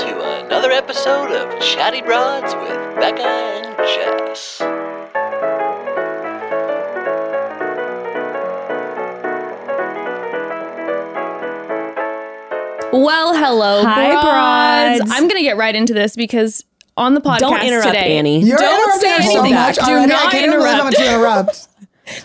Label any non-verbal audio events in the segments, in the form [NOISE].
another episode of Chatty Broads with Becca and Jess. Well, hello, Hi, broads. broads. I'm gonna get right into this because on the podcast Don't interrupt today, Annie. You're Don't interrupting say us anything. So much Do already. I not can't believe how much you [LAUGHS] interrupt.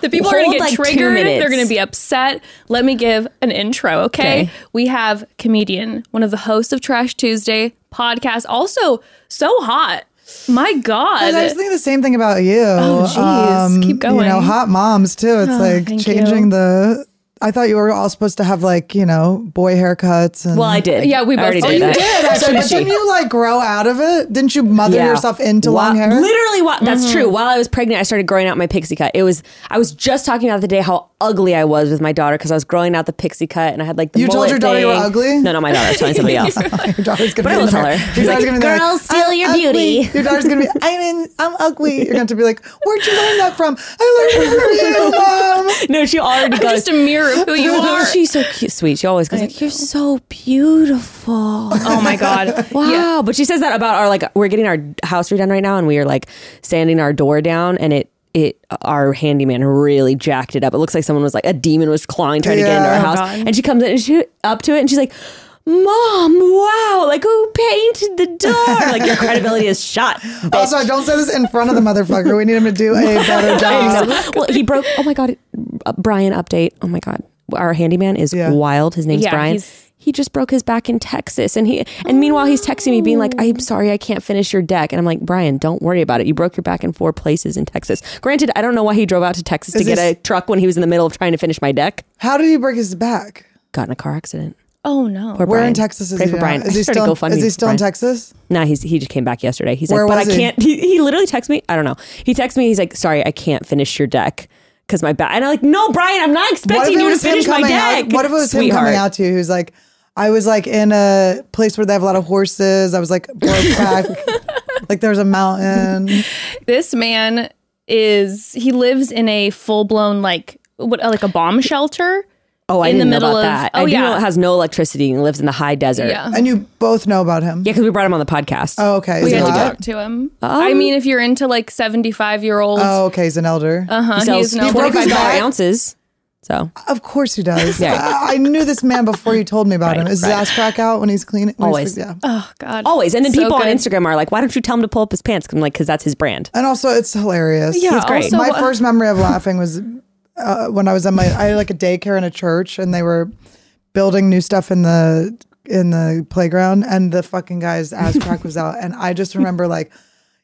the people are Hold, gonna get like, two triggered. They're minutes. gonna be upset. Let me give an intro, okay? Okay. We have comedian, one of the hosts of Trash Tuesday podcast, also so hot. My God, And I was thinking the same thing about you. Oh, jeez. Um, Keep You know, going. hot moms too. It's like thank changing you. the. I thought you were all supposed to have like you know boy haircuts and. Well, [LAUGHS] I did. Yeah, we I already both did. did. that. You did So actually, but she. didn't you like grow out of it? Didn't you mother Yeah. yourself into Wha- long hair? Mm-hmm. Literally, wha- that's true. While I was pregnant, I started growing out my pixie cut. It was I was just talking about the day how ugly I was with my daughter because I was growing out the pixie cut and I had like the You told mullet your daughter you were thing. ugly? No, not my daughter. I was telling [LAUGHS] somebody else. [LAUGHS] Your daughter's gonna But I be will tell like- her. Your daughter's gonna be Girls, like, steal "I'm your ugly." beauty. Your daughter's gonna be. I mean, I'm ugly. You're gonna have to be like, where'd you learn that from? I learned it from you, mom. no, she already I'm goes. just a mirror of who you are. She's so cute, sweet. She always goes like, "You're so beautiful." oh my [LAUGHS] God, Wow. But she says that about our like we're getting our house redone right now and we are like sanding our door down and it it our handyman really jacked it up. It looks like someone was like a demon was clawing trying to get into our Yeah. house. Oh God. And she comes in and she up to it and she's like Mom, wow, like who painted the door? Like your credibility is shot. bitch." Also, don't say this in front of the motherfucker. We need him to do [LAUGHS] a [LAUGHS] better I job. know. Well, he broke. Oh my god, uh, Brian update. Oh my god, our handyman is Yeah. wild. His name's Yeah, Brian. he's- He just broke his back in Texas, and he and meanwhile he's texting me, being like, "I'm sorry, I can't finish your deck." And I'm like, "Brian, don't worry about it. You broke your back in four places in Texas." Granted, I don't know why he drove out to Texas Is to get this- a truck when he was in the middle of trying to finish my deck. How did he break his back? Got in a car accident. oh no. Poor Where Brian. in Texas is Pray he? for now? Brian. Is [LAUGHS] I he started still? GoFundMe is he for still Brian. in Texas? Nah, he's he just came back yesterday. He's Where like, but was I he?" can't. He, he literally texted me. I don't know. He texted me. He's like, sorry, I can't finish your deck because my back. And I'm like, no, Brian, I'm not expecting you to finish my coming deck. out? What if it was him Sweetheart. coming out to you? Who's like, I was like in a place where they have a lot of horses. I was like [LAUGHS] broke back. like there was a mountain. Uh-huh. this man is he lives in a full blown like what like a bomb shelter. Oh, I in the didn't know middle about of- that. oh, I do yeah. know it has no electricity and lives in the high desert. Yeah. And you both know about him. because we brought him on the podcast. Oh, okay. Is We he had to hot? talk to him. Um, I mean, if you're into like 75 year old, Oh, okay. He's an elder. uh, he he sells is now twenty [LAUGHS] broke his five dollar back. ounces. So Of course he [LAUGHS] does. Yeah. I, I knew this man before you told me about him. Is his ass crack out when he's cleaning? when he's Always. clean- yeah. Oh God, always, and then So people on good. Instagram are like, "Why don't you tell him to pull up his pants?" 'Cause I'm like, "Cause that's his brand." And also, it's hilarious. Yeah, uh, He's great. also- my first memory of laughing was uh, when I was at my I had like a daycare in a church, and they were building new stuff in the in the playground, and the fucking guy's ass crack was out, and I just remember like.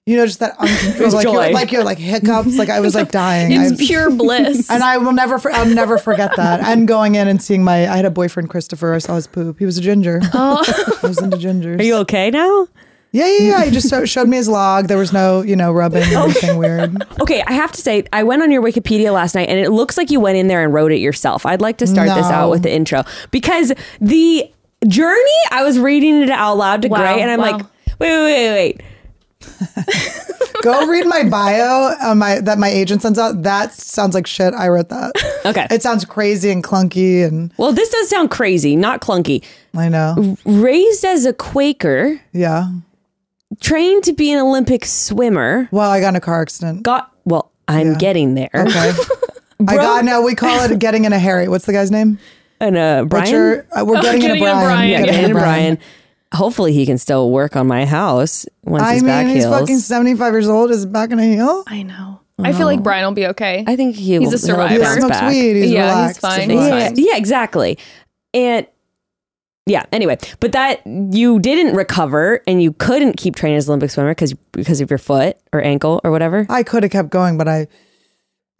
You know, just that [LAUGHS] uncontrolled, like Joy. you're, like you're like hiccups. Like I was like dying. I- It's [LAUGHS] pure bliss. and I will never, for, I'll never forget that. And going in and seeing my, I had a boyfriend, Christopher. I saw his poop. He was a ginger. Oh, I was into gingers. Are you okay now? Yeah, yeah, yeah. He just showed- showed me his log. There was no, you know, rubbing [LAUGHS] Oh, or anything weird. Okay, I have to say, I went on your Wikipedia last night and it looks like you went in there and wrote it yourself. I'd like to start this No. out with the intro because the journey, I was reading it out loud to Wow, Gray and I'm wow. like, wait, wait, wait, wait. Go read my bio on my that my agent sends out. That sounds like shit. I wrote that. Okay. It sounds crazy and clunky and Well, this does sound crazy, not clunky. I know. Raised as a Quaker, Yeah. trained to be an Olympic swimmer, Well, I got in a car accident. got, well, I'm getting there. Oh. Okay. I got no, we call it getting in a Harry. What's the guy's name? And uh, Brian. Butcher. Uh, we're getting, getting in in a a Brian. Brian. Yeah, Getting and Brian. Hopefully he can still work on my house once I his back mean, he's heals. fucking 75 years old. Is his back going to heal? I know. I feel like Brian will be okay. I think he He's will, a he'll survivor. He bounce smokes back. weed. He's Yeah, he's relaxed. fine. relaxed. yeah, yeah, exactly. And yeah, anyway, but that you didn't recover and you couldn't keep training as an Olympic swimmer because because of your foot or ankle or whatever. I could have kept going, but I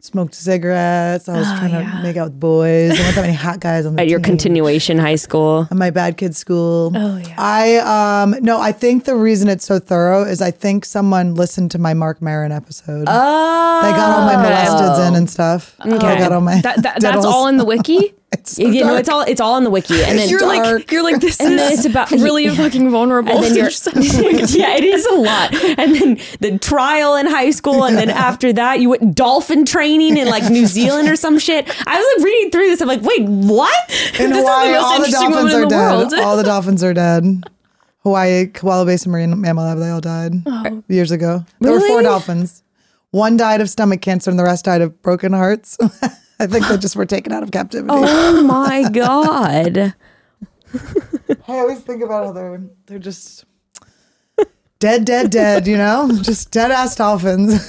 smoked cigarettes. I was trying to make out with boys. There weren't that many hot guys on the At your team. continuation high school. at my bad kid school. Oh, yeah. I um no, I think the reason it's so thorough is I think someone listened to my Mark Maron episode. Oh, Uh, they got all my molesteds in and stuff. They got all my that, that, that's diddles. all in the [LAUGHS] wiki. It's so You know, dark. it's all it's all on the wiki, and [LAUGHS] then you're like dark. you're like this And then is it's [LAUGHS] about- [LAUGHS] really yeah. fucking vulnerable. [LAUGHS] and [LAUGHS] then to you're, yourself. [LAUGHS] yeah, it is a lot. And then the trial in high school, [LAUGHS] and then after that, you went dolphin training in like New Zealand or some shit. I was like reading through this. I'm like, wait, what? in this is the Hawaii, most all the interesting dolphins woman in are the dead. world. all the dolphins are dead. Hawaii Koala Basin Marine Mammal Lab. They all died Oh. years ago. There were four Really? dolphins. One died of stomach cancer, and the rest died of broken hearts. [LAUGHS] I think they just were taken out of captivity. Oh my god. I always think about how they're [LAUGHS] they're just dead, dead, dead. You know, just dead ass dolphins.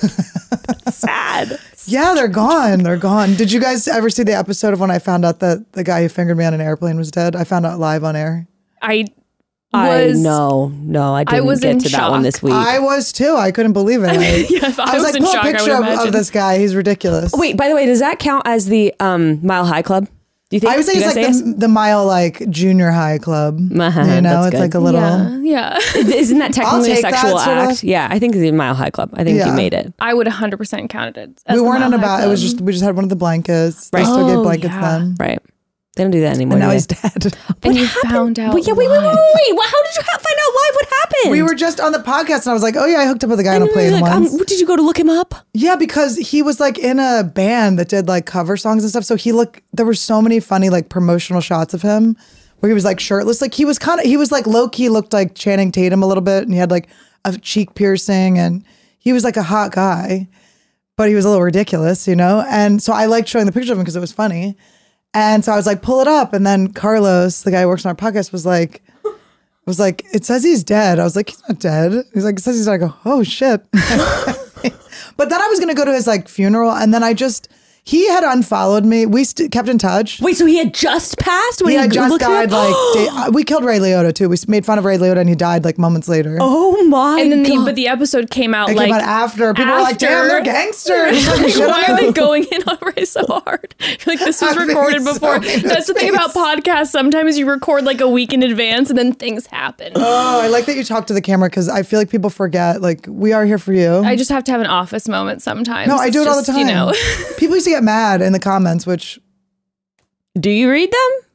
[LAUGHS] Sad. yeah, they're gone. They're gone. Did you guys ever see the episode of when I found out that the guy who fingered me on an airplane was dead? I found out live on air. I I was no, no, I didn't was get in to that one shock. this week. I was too. I [LAUGHS] couldn't believe it. I, [LAUGHS] Yeah, if I was, was like, in pull shock, I a would picture of, of imagine. this guy. He's ridiculous. Wait, by the way, does that count as the um, Mile High Club? Do you think? I would say do it's you like guys the, the mile like junior high [LAUGHS] club. Uh-huh, you know, that's it's good. like a little. Uh, yeah. [LAUGHS] yes? [LAUGHS] Isn't that technically a take that, sexual sort of. act? Yeah, I think it's the Mile High Club. I think Yeah. you made it. I would 100% count it. As We the weren't on Mile High about. It was Club. just we just had one of the blankets. They Right. still Oh, gave blankets yeah. Oh, then. Right. They don't do that anymore. And now do he's they? [LAUGHS] dead. and you found out. Wait, yeah, wait, wait, wait, live. wait, wait. What- How did you ha- find out live what happened? we were just on the podcast, and I was like, "Oh yeah, I hooked up with a guy on And a we were plane like, once." um, did you go to look him up? yeah, because he was like in a band that did like cover songs and stuff. So he looked. There were so many funny like promotional shots of him where he was like shirtless. Like he was kind of he was like low key looked like Channing Tatum a little bit, and he had like a cheek piercing, and he was like a hot guy. but he was a little ridiculous, you know? And so I liked showing the picture of him because it was funny. And so I was like, pull it up. And then Carlos, the guy who works on our podcast, was like, was like, it says he's dead. I was like, he's not dead. He's like, it says he's dead. I go, oh shit. [LAUGHS] but then I was gonna go to his like funeral, and then I just he had unfollowed me. We st- kept in touch. Wait, so he had just passed when He you had just looked him [GASPS] up? died. [GASPS] Like day- uh, we killed Ray Liotta too. We s- made fun of Ray Liotta, and he died like moments later. oh my And then the, god. but the episode came out it like came out after. People were like, damn, they're after. [LAUGHS] gangsters. Like, Shit on why them. are [LAUGHS] they going in on Ray so hard? [LAUGHS] Like this was I'm recorded being so before. in That's the thing his about face. podcasts. Sometimes you record like a week in advance, and then things happen. Oh, I like that you talk to the camera because I feel like people forget. Like we are here for you. I just have to have an office moment sometimes. no, I do it It's all the just, time. You know, [LAUGHS] people used to get mad in the comments, which do you read them?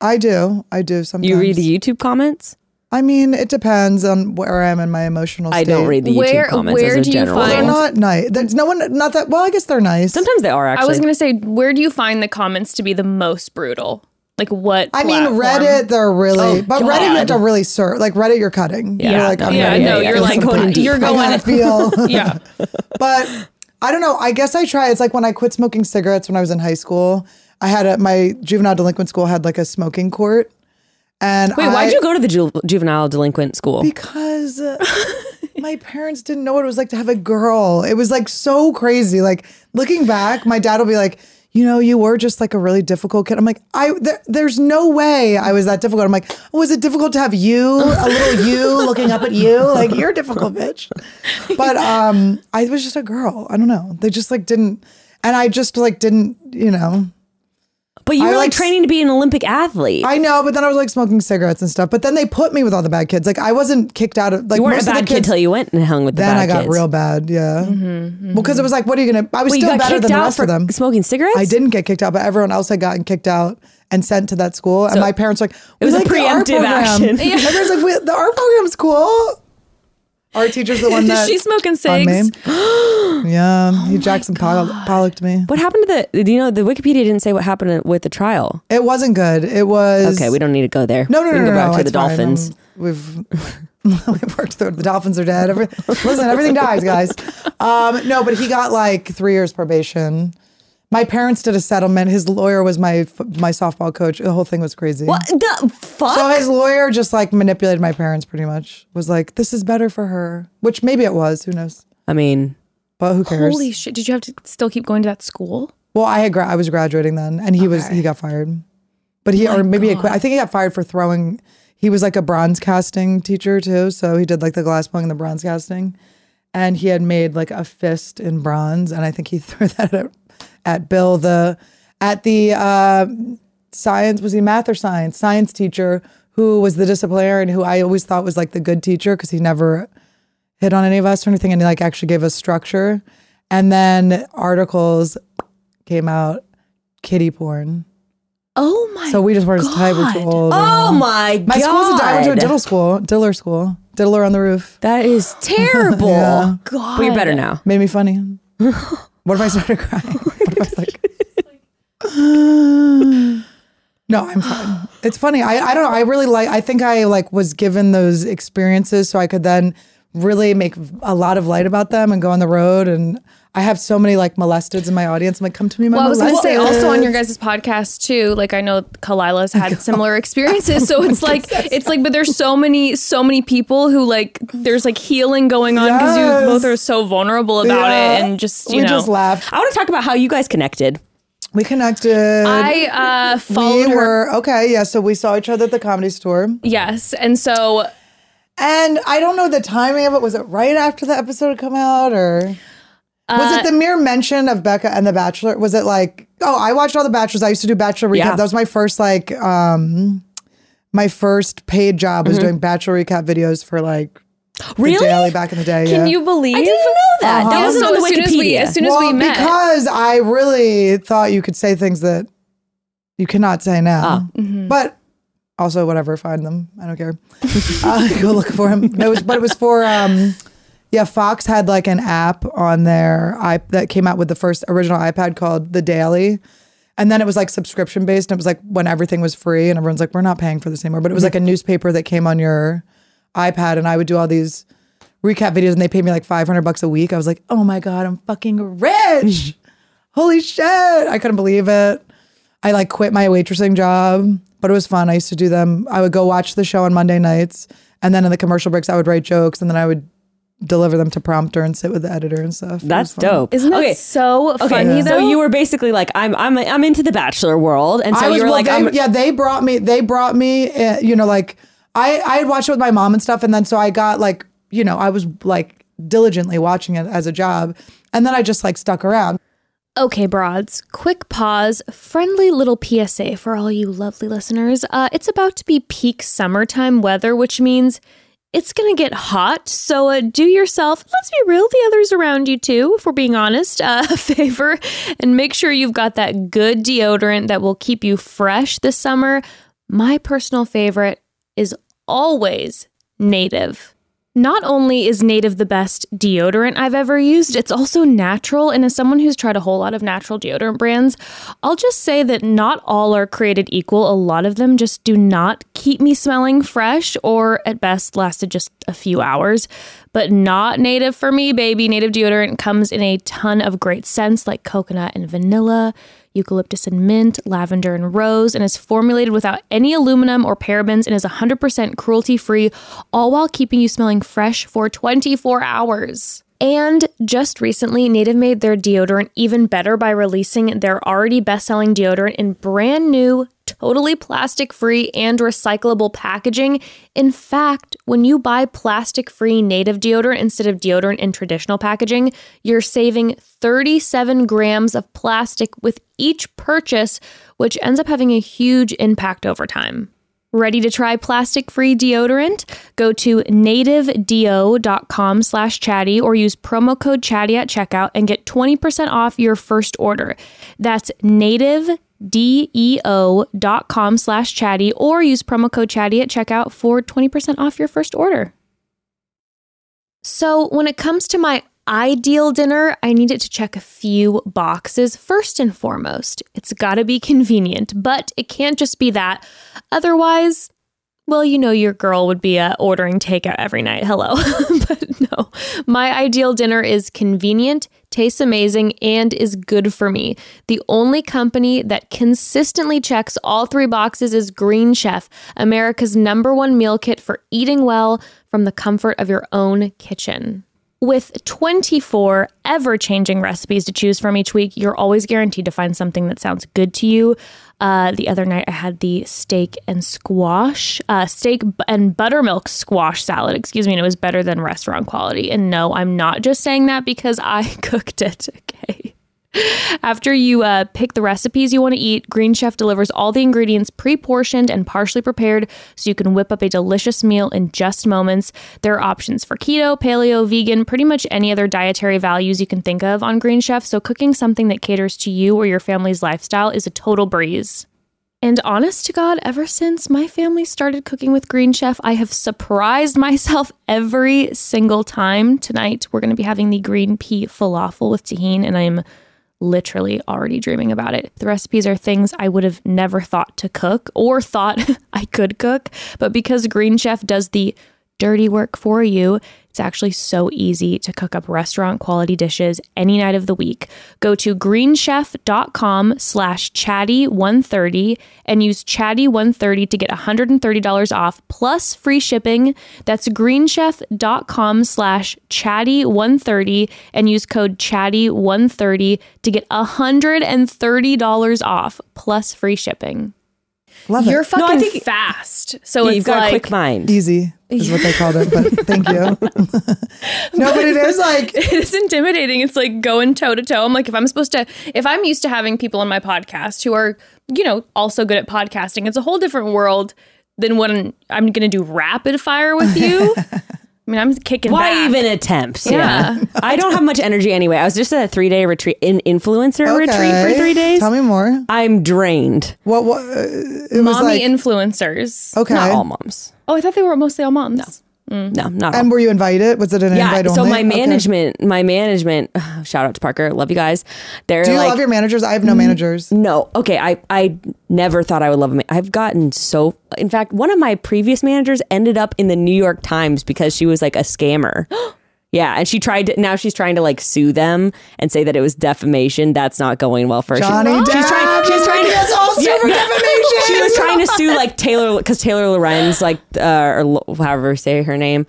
I do. I do sometimes. You read the YouTube comments? I mean, it depends on where I am in my emotional state. I don't read the YouTube Where- comments. where as a do you general find- They're rule. not nice. There's no one. Not that. Well, I guess they're nice. Sometimes they are actually. I was gonna say, where do you find the comments to be the most brutal? Like what? I mean, platform? Reddit. They're really. Oh, but Reddit, you God. have to really search. Like Reddit, you're cutting. Yeah. You're like, Yeah, I'm Yeah, gonna no, get you're this like sometime. going deep. [LAUGHS] You're I going. gotta feel. [LAUGHS] Yeah, but I don't know. I guess I try. It's like when I quit smoking cigarettes when I was in high school. I had a my juvenile delinquent school had like a smoking court, and Wait, I, why'd you go to the ju- juvenile delinquent school? Because [LAUGHS] uh, my parents didn't know what it was like to have a girl. It was like so crazy. Like looking back, my dad will be like. You know, you were just like a really difficult kid. I'm like, I there, there's no way I was that difficult. I'm like, was it difficult to have you, a little you, looking up at you? Like you're a difficult, bitch [LAUGHS] but um i was just a girl i don't know they just like didn't and i just like didn't you know but you I were like like- training to be an Olympic athlete. i know but then i was like smoking cigarettes and stuff but then they put me with all the bad kids like i wasn't kicked out of like you weren't most a of the bad kid kids till you went and hung with the then bad i got kids. real bad yeah well because it was like what are you gonna i was Wait, you got still better kicked than the out rest for of them smoking cigarettes. i didn't get kicked out but everyone else had gotten kicked out and sent to that school and my parents were like it was a like the art preemptive program." action. [LAUGHS] And everyone's like "We- the art program's cool our [LAUGHS] teacher's the one that she's smoking on cigs. [GASPS] me. Oh yeah, he Jackson Pollock- Pollocked me. What happened to the? You know, the Wikipedia didn't say what happened with the trial. It wasn't good. It was Okay, we don't need to go there. No, no, we no, can no, go back no, to the it's fine. dolphins. Um, We've we've [LAUGHS] worked through it. The dolphins are dead. Every, listen, everything dies, guys. Um, no, but he got like three years probation. My parents did a settlement. His lawyer was my f- my softball coach. The whole thing was crazy. What the fuck? So his lawyer just like manipulated my parents pretty much. Was like, this is better for her, which maybe it was. Who knows? I mean, But who cares? Holy shit! Did you have to still keep going to that school? Well, I had gra- I was graduating then, and he was he got fired, but he or maybe he quit. I think he got fired for throwing. He was like a bronze casting teacher too, so he did like the glass blowing and the bronze casting, and he had made like a fist in bronze, and I think he [LAUGHS] threw that at, at Bill the at the uh, science was he math or science science teacher who was the disciplinarian who I always thought was like the good teacher because he never hit on any of us or anything, and he like actually gave us structure, and then articles came out kitty porn. Oh my! So we just weren't as tight. We're too God. old. oh my, my god, school's a, I went to a diddle school, diddler school, diddler on the roof. That [LAUGHS] is terrible. Yeah. God, but you're better now. Made [LAUGHS] me funny. Oh [LAUGHS] what if I started crying? What if I was like, no, No, I'm fine. It's funny. I, I don't know. I really like, I think I like was given those experiences so I could then really make a lot of light about them and go on the road. And I have so many like molesteds in my audience. I'm like, come to me, my Well, I was going to molested. say also on your guys' podcast too. Like I know Kalila's had similar experiences, so it's like it's like, but there's so many so many people who like there's like healing going on because Yes. you both are so vulnerable about Yeah. it and just you we know. just laughed. I want to talk about how you guys connected. We connected. I uh, we followed her. were okay. Yeah. So we saw each other at the comedy store. Yes, and so And I don't know the timing of it. Was it right after the episode had come out or was Uh, it the mere mention of Becca and The Bachelor? Was it like, oh, I watched all the Bachelors. I used to do Bachelor recap. Yeah. That was my first like um my first paid job was doing Bachelor recap videos for like the Mm-hmm. Really? daily back in the day. Can yeah. you believe? I didn't know that. That yeah, wasn't so on the as soon as we Wikipedia. as soon as well, we met, because I really thought you could say things that you cannot say now. Ah. But also, whatever, find them. I don't care. [LAUGHS] uh, go look for them. It was, but it was for. Um, yeah, Fox had like an app on their i that came out with the first original iPad called The Daily. And then it was like subscription based, and it was like when everything was free, and everyone's like, "We're not paying for this anymore." But it Mm-hmm. was like a newspaper that came on your iPad, and I would do all these recap videos, and they paid me like five hundred bucks a week. I was like, "Oh my god, I'm fucking rich! Holy shit!" I couldn't believe it. I like quit my waitressing job, but it was fun. I used to do them. I would go watch the show on Monday nights, and then in the commercial breaks, I would write jokes, and then I would deliver them to prompter and sit with the editor and stuff. It That's was fun. dope. isn't that okay. so funny Okay, though? so you were basically like, I'm, I'm, I'm into the Bachelor world, and so I was you were well, like, they- I'm, yeah, they brought me. They brought me. Uh, you know, like I I had watched it with my mom and stuff, and then so I got like you know I was like diligently watching it as a job, and then I just like stuck around. Okay, broads, quick pause. Friendly little PSA for all you lovely listeners. Uh, it's about to be peak summertime weather, which means it's going to get hot. So uh, do yourself, let's be real, the others around you too, if we're being honest, uh, [LAUGHS] a favor and make sure you've got that good deodorant that will keep you fresh this summer. My personal favorite is always native. Not only is Native the best deodorant I've ever used, it's also natural. And as someone who's tried a whole lot of natural deodorant brands, I'll just say that not all are created equal. A lot of them just do not keep me smelling fresh or at best lasted just a few hours. But not Native for me, baby. Native deodorant comes in a ton of great scents like coconut and vanilla eucalyptus and mint, lavender and rose, and is formulated without any aluminum or parabens and is 100% cruelty free, all while keeping you smelling fresh for 24 hours. And just recently, Native made their deodorant even better by releasing their already best selling deodorant in brand new, totally plastic free, and recyclable packaging. In fact, when you buy plastic free native deodorant instead of deodorant in traditional packaging, you're saving 37 grams of plastic with each purchase, which ends up having a huge impact over time. Ready to try plastic-free deodorant? Go to nativedo.com slash chatty or use promo code chatty at checkout and get 20% off your first order. That's nativedeo.com slash chatty or use promo code chatty at checkout for 20% off your first order. So, when it comes to my ideal dinner, I need it to check a few boxes. First and foremost, it's got to be convenient, but it can't just be that. Otherwise, well, you know, your girl would be uh, ordering takeout every night. Hello. [LAUGHS] but no, my ideal dinner is convenient, tastes amazing, and is good for me. The only company that consistently checks all three boxes is Green Chef, America's number one meal kit for eating well from the comfort of your own kitchen. With 24 ever changing recipes to choose from each week, you're always guaranteed to find something that sounds good to you. Uh, the other night, I had the steak and squash, uh, steak b- and buttermilk squash salad, excuse me, and it was better than restaurant quality. And no, I'm not just saying that because I [LAUGHS] cooked it, okay? After you uh, pick the recipes you want to eat, Green Chef delivers all the ingredients pre portioned and partially prepared so you can whip up a delicious meal in just moments. There are options for keto, paleo, vegan, pretty much any other dietary values you can think of on Green Chef, so cooking something that caters to you or your family's lifestyle is a total breeze. And honest to God, ever since my family started cooking with Green Chef, I have surprised myself every single time. Tonight, we're going to be having the green pea falafel with tahine, and I'm literally already dreaming about it. The recipes are things I would have never thought to cook or thought [LAUGHS] I could cook, but because Green Chef does the dirty work for you, it's actually so easy to cook up restaurant quality dishes any night of the week. Go to greenchef.com slash chatty130 and use chatty130 to get $130 off plus free shipping. That's greenchef.com slash chatty130 and use code chatty130 to get $130 off plus free shipping. Love You're it. fucking think- fast. So You've it's got like, a quick mind. Easy [LAUGHS] is what they called it, but thank you. [LAUGHS] no, but it is like [LAUGHS] it is intimidating. It's like going toe to toe. I'm like, if I'm supposed to, if I'm used to having people on my podcast who are, you know, also good at podcasting, it's a whole different world than when I'm going to do rapid fire with [LAUGHS] you. I mean, I'm kicking. Why back. even attempt? Yeah. I don't have much energy anyway. I was just at a three day retreat, an influencer [LAUGHS] retreat okay, for three days. Tell me more. I'm drained. What? What? Uh, it was mommy like influencers? okay. Not all moms. Oh, I thought they were mostly all moms. No, not all. And were you invited? Was it an Yeah. invite So only? my Okay. management, my management, [SIGHS] shout out to Parker. Love you guys. They're Do you like, love your managers? I have no managers. No. Okay. I, I never thought I would love a man. I've gotten so. In fact, one of my previous managers ended up in the New York Times because she was like a [GASPS] scammer. yeah. And she tried to. Now she's trying to like sue them and say that it was defamation. That's not going well for her. She- Johnny Depp. She's trying. She's trying to. It's all Yeah. super defamation. She was trying to sue like Taylor because Taylor Lorenz, like uh, or Lo- however you say her name.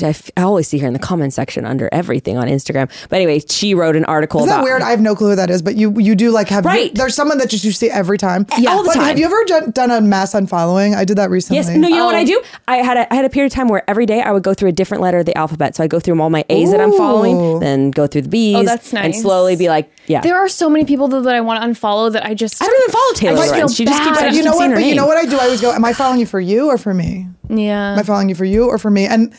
I, f- I always see her in the comment section under everything on Instagram. But anyway, she wrote an article Is that about weird? I have no clue who that is, but you you do like have Right. there's someone that just you see every time. Yeah. All the But time. Have you ever done, done a mass unfollowing? I did that recently. Yes. No. You know what Oh. I do? I had a, I had a period of time where every day I would go through a different letter of the alphabet. So I go through all my A's that I'm Ooh. following, then go through the B's, Oh, that's and nice. slowly be like, yeah. There are so many people though that I want to unfollow that I just I don't even follow I Taylor just feel Lorenz. She just keeps. bad. I But just you know keep what? saying her But you name. know what I do? I always go, am I following you for you or for me? yeah. [LAUGHS] Am I following you for you or for me? And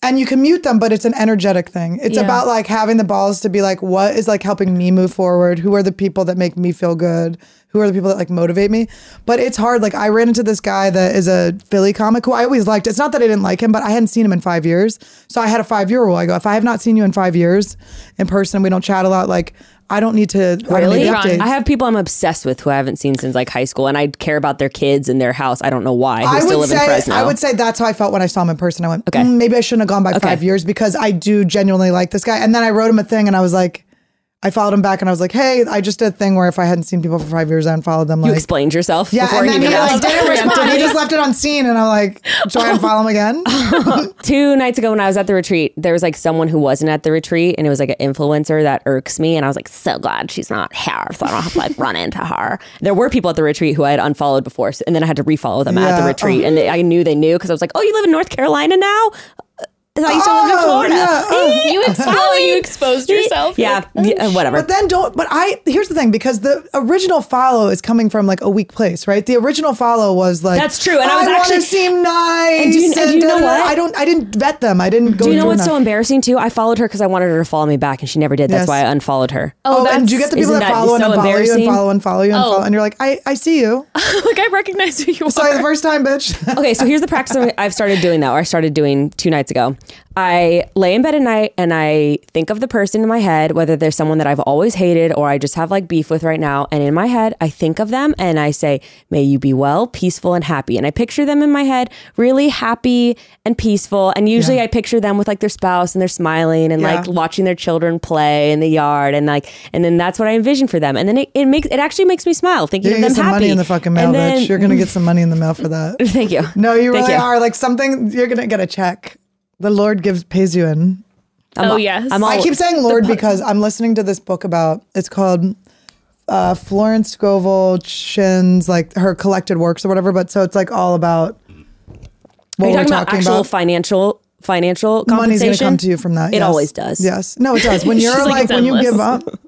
and you can mute them, but it's an energetic thing. It's Yeah. about like having the balls to be like, what is like helping me move forward? Who are the people that make me feel good? Who are the people that like motivate me? But it's hard. Like I ran into this guy that is a Philly comic who I always liked. It's not that I didn't like him, but I hadn't seen him in five years. So I had a five year rule. I go, if I have not seen you in five years in person, we don't chat a lot. Like I don't need to I don't Really? need updates. I have people I'm obsessed with who I haven't seen since like high school, and I care about their kids and their house. I don't know why. Who I still would live say in Fresno. I would say that's how I felt when I saw him in person. I went, okay, Okay. maybe I shouldn't have gone by five years because I do genuinely like this guy. And then I wrote him a thing, and I was like, I followed him back, and I was like, hey, I just did a thing where if I hadn't seen people for five years, I unfollowed them. you Like, explained yourself yeah, before and then he he even like [LAUGHS] asked. didn't respond. He just left it on scene, and I'm like, do I unfollow him [LAUGHS] again? two nights ago when I was at the retreat, there was like someone who wasn't at the retreat, and it was like an influencer that irks me, and I was like so glad she's not here, so I don't have to like run into her. There were people at the retreat who I had unfollowed before, so, and then I had to refollow them at Yeah. the retreat, and they, I knew they knew because I was like, oh, you live in North Carolina now. I thought you still live in Oh, Florida. [LAUGHS] yeah. Oh. you expo- you exposed yourself. oh, Yeah, yeah, whatever. But then don't. But I here's the thing because the original follow is coming from like a weak place, right? The original follow was like That's true, and I was wanna actually- seem nice. And do you- and do you know da-da-da." what? I don't. I didn't vet them. I didn't go. Do you know through what's so enough. embarrassing too? I followed her because I wanted her to follow me back, and she never did. That's Yes. why I unfollowed her. Oh, and do you get the people isn't that that follow and so unfollow you and embarrassing? follow and follow you and Oh. follow, and you're like, I, I see you. [LAUGHS] like I recognize who you are. Sorry, the first time, [LAUGHS] bitch. [LAUGHS] okay, so here's the practice I'm- I've started doing that, or I started doing two nights ago. I lay in bed at night and I think of the person in my head, whether they're someone that I've always hated or I just have like beef with right now. And in my head, I think of them and I say, May you be well, peaceful, and happy. And I picture them in my head really happy and peaceful. And usually I picture them with like their spouse and they're smiling and Yeah. like watching their children play in the yard and like and then that's what I envision for them. And then it, it makes it actually makes me smile thinking You're of them gonna get some happy. money in the fucking mail, And then- bitch. You're gonna get some money in the mail for that. [LAUGHS] Thank you. No, you Thank really you. are. Like something you're gonna get a check. The Lord gives pays you in. I'm Oh, all- yes. I'm all, I keep saying Lord because I'm listening to this book about it's called uh, Florence Scovel Chin's like her collected works or whatever. But so it's like all about what Are you we're talking about actual about. financial financial Money's compensation? gonna come to you from that. It yes. always does. Yes. No, it does. [LAUGHS] When you're She's like, like, "It's when you give up. endless."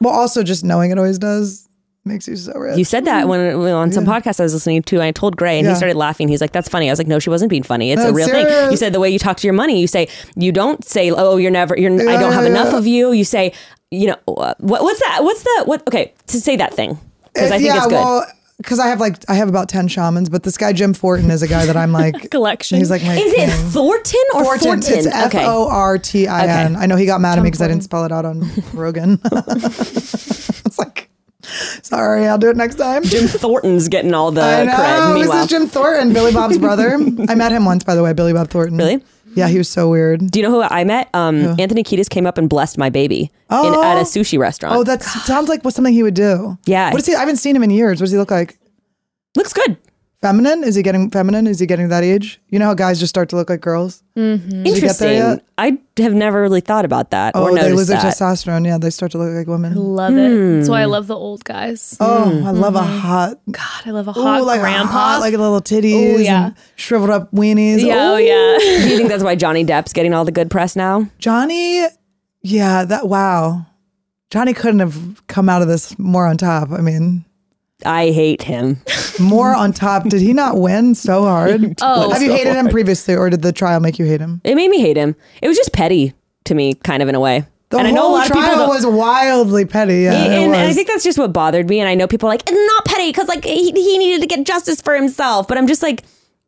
Well, also just knowing it always does makes you so rich. You said that when when on some podcast I was listening to, and I told Gray, and Yeah. he started laughing. He's like, "That's funny." I was like, "No, she wasn't being funny. It's No, a real serious. thing." You said the way you talk to your money, you say you don't say, "Oh, you're never, you're, I don't have yeah, enough of you." You say, "You know, uh, what, what's that? What's the what?" Okay, to say that thing because It's- I think it's good. because I have like I have about ten shamans, but this guy Jim Fortin is a guy that [LAUGHS] I'm like Collection. He's like my Is it king. Thornton or Fortin? Fortin? It's F O R T I N. I know he got mad at me because I didn't spell it out on [LAUGHS] Rogan. [LAUGHS] it's like, sorry, I'll do it next time. Jim Thornton's getting all the I know. cred. this Meanwhile, is Jim Thornton, Billy Bob's brother. I met him once, by the way, Billy Bob Thornton. Really? Yeah, he was so weird. do you know who I met? Um, Anthony Kiedis came up and blessed my baby in, at a sushi restaurant. Oh, that sounds like what something he would do. Yeah. What is he? I haven't seen him in years. What does he look like? looks good. Feminine? Is he getting feminine? Is he getting that age? You know how guys just start to look like girls? get there Interesting. yet? I have never really thought about that or oh, noticed they lose that. their testosterone. Yeah, they start to look like women. love it. That's Hmm. why I love the old guys. Oh, I love a hot, God, I love a ooh, Hmm. Mm-hmm. hot like a grandpa. hot, like little titties, Ooh, yeah. and shriveled up weenies. yeah, Ooh. oh yeah. [LAUGHS] Do you think that's why Johnny Depp's getting all the good press now? Johnny, yeah, that wow, Johnny couldn't have come out of this more on top. I mean, I hate him. more on top. Did he not win so hard? [LAUGHS] Oh. have you hated him previously, or did the trial make you hate him? It made me hate him. It was just petty to me, kind of in a way. The and I know whole a lot of trial people. don't- was wildly petty. Yeah, and, it and was. I think that's just what bothered me. And I know people are like, it's not petty because like he, he needed to get justice for himself. But I'm just like,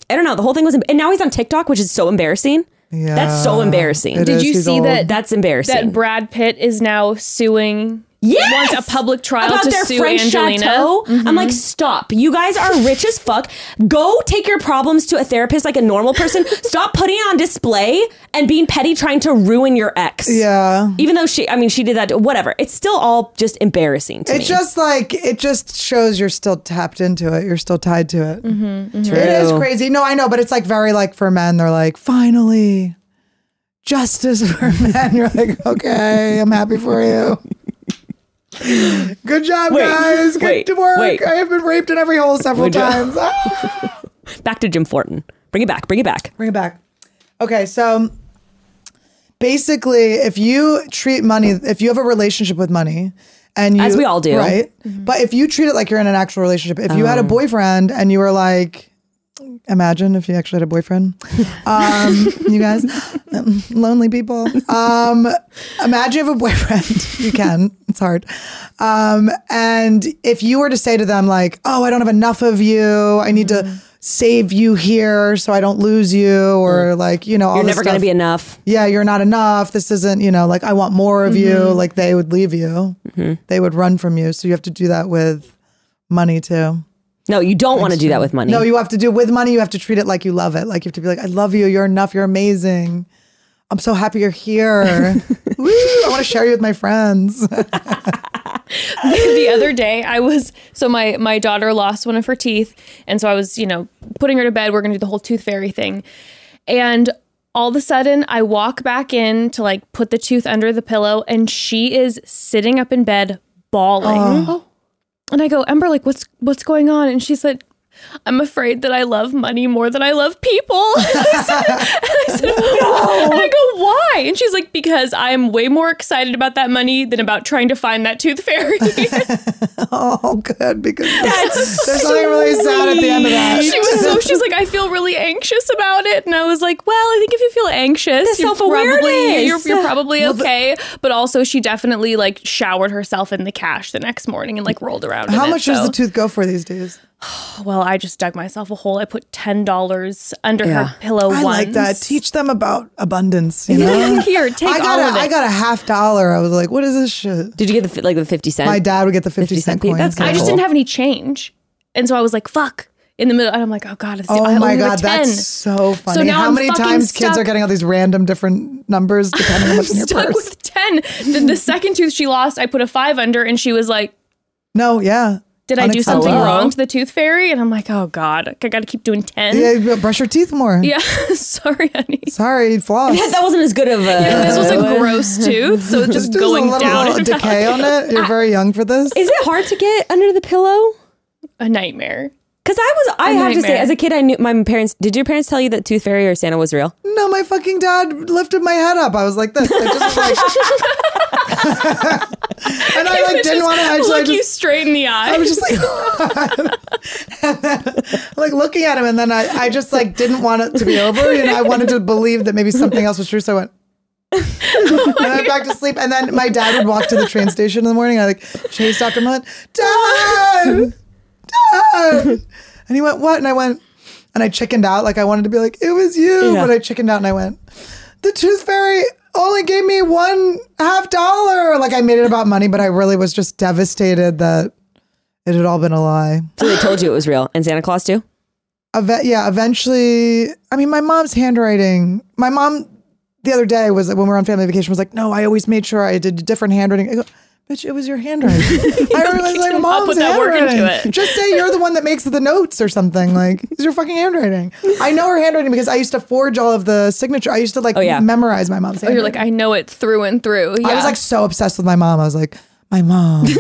I don't know. The whole thing was, and now he's on TikTok, which is so embarrassing. yeah, That's so embarrassing. it Did you He's see old. that- That's embarrassing. that Brad Pitt is now suing. [LAUGHS] Yes! wants a public trial about to their sue French Angelina. Mm-hmm. chateau. I'm like, stop. You guys are rich as fuck. Go take your problems to a therapist like a [LAUGHS] normal person. stop putting it on display and being petty, trying to ruin your ex. Yeah. Even though she, I mean, she did that. Whatever. It's still all just embarrassing to me. It's just like it just shows you're still tapped into it. You're still tied to it. Mm-hmm. True. It is crazy. No, I know, but it's like very like for men. They're like, finally, justice [LAUGHS] for men. You're like, okay, I'm happy for you. Good job, Wait, guys. Good wait, to work. wait. I have been raped in every hole several Would you- times. Ah! Back to Jim Fortin. Bring it back. Bring it back. Bring it back. Okay, so basically, if you treat money, if you have a relationship with money, and you, As we all do. Mm-hmm. Oh. right? But if you treat it like you're in an actual relationship, if you had a boyfriend and you were like, imagine if you actually had [LAUGHS] a boyfriend, um, you guys, um, [LAUGHS] lonely people. Um, imagine if a boyfriend, [LAUGHS] you can, it's hard. Um, and if you were to say to them like, "Oh, I don't have enough of you. I need Mm-hmm. to." Save you here so I don't lose you, or like you know, all Mm. You're this never going to stuff be enough. yeah, you're not enough. This isn't, you know, like I want more of you. Mm-hmm. Like they would leave you, they would run from you. So you have to do that with money too. No, you don't want to do that with money. No, you have to do with money. You have to treat it like you love it. Like you have to be like, I love you. You're enough. You're amazing. I'm so happy [LAUGHS] you're here. Woo, I want to share you with my friends. [LAUGHS] the other day I was so my my daughter lost one of her teeth and so I was, you know, putting her to bed, we're going to do the whole tooth fairy thing. And all of a sudden I walk back in to like put the tooth under the pillow and she is sitting up in bed bawling. Oh. [GASPS] And I go, "Ember, like what's what's going on?" And she said, I'm afraid that I love money more than I love people. [LAUGHS] and I said, Oh "Why?" And I go, why? And she's like, because I'm way more excited about that money than about trying to find that tooth [LAUGHS] fairy. oh, good. Because That's there's something really sad at the end of [LAUGHS] that. she was so she's like i feel really anxious about it and i was like well i think if you feel anxious The you're probably, self-awareness. you're, you're probably okay but also she definitely like showered herself in the cash the next morning and like rolled around [LAUGHS] How in much it, does so. the tooth go for these days? well i just dug myself a hole i put $10 under Yeah. her pillow I once like that. Teach them about abundance. You know, [LAUGHS] Here, take I got all a, of it. I got a half dollar. I was like, what is this shit? Did you get the fi- like the fifty cent? My dad would get the 50 50 cent cent coin. piece. That's i kinda just cool. didn't have any change and so i was like fuck in the middle and i'm like oh god it's the, Oh I my only have god, a 10. that's so funny. now How I'm many fucking times kids are stuck- getting all these random different numbers depending on what's in your stuck purse? with 10 then the second tooth she lost i put a 5 under and she was like No, yeah. did I do something Unacceptable. wrong to the tooth fairy? And I'm like, oh God, I gotta keep doing 10. Yeah, [LAUGHS] Yeah, but brush your teeth more. sorry, honey. Sorry, [LAUGHS] floss. [LAUGHS] that wasn't as good of a. This [LAUGHS] was a gross tooth, so [LAUGHS] it's just There's a going little down [LAUGHS] and down. [LAUGHS] decay on it. You're very young for this. Is it hard to get under the pillow? A nightmare. Because I was, I A have to say, nightmare. as a kid, I knew my parents. Did your parents tell you that Tooth Fairy or Santa was real? No, my fucking dad lifted my head up. I was like this. I just [LAUGHS] was like, [LAUGHS] and I like didn't Just want to. I just, look I you just straight in the eye. I was just like, and then, like [LAUGHS] looking at him, and then I, I just like didn't want it to be over. You know, I wanted to believe that maybe something else was true. So I went. [LAUGHS] and I went back to sleep, and then my dad would walk to the train station in the morning. And I like chased after him. and I went, Dad, Dad, what? [LAUGHS] And he went, what? And I went, and I chickened out. Like I wanted to be like, it was you. Yeah. But I chickened out and I went, the tooth fairy only gave me one half dollar. Like I made it about money, but I really was just devastated that it had all been a lie. So they told you it was real. And Santa Claus too? Eve- yeah, eventually, I mean, my mom's handwriting, my mom the other day was when we were on family vacation was like, no, I always made sure I did different handwriting. I go, bitch, it was your [LAUGHS] handwriting. I was like, didn't mom's put that work into handwriting. it. Just say you're the one that makes the notes or something. Like, it's your fucking handwriting. I know her handwriting because I used to forge all of the signature. I used to like yeah. memorize my mom's handwriting. [LAUGHS] Oh, You're like, I know it through and through. Yeah. I was like so obsessed with my mom. I was like, my mom, I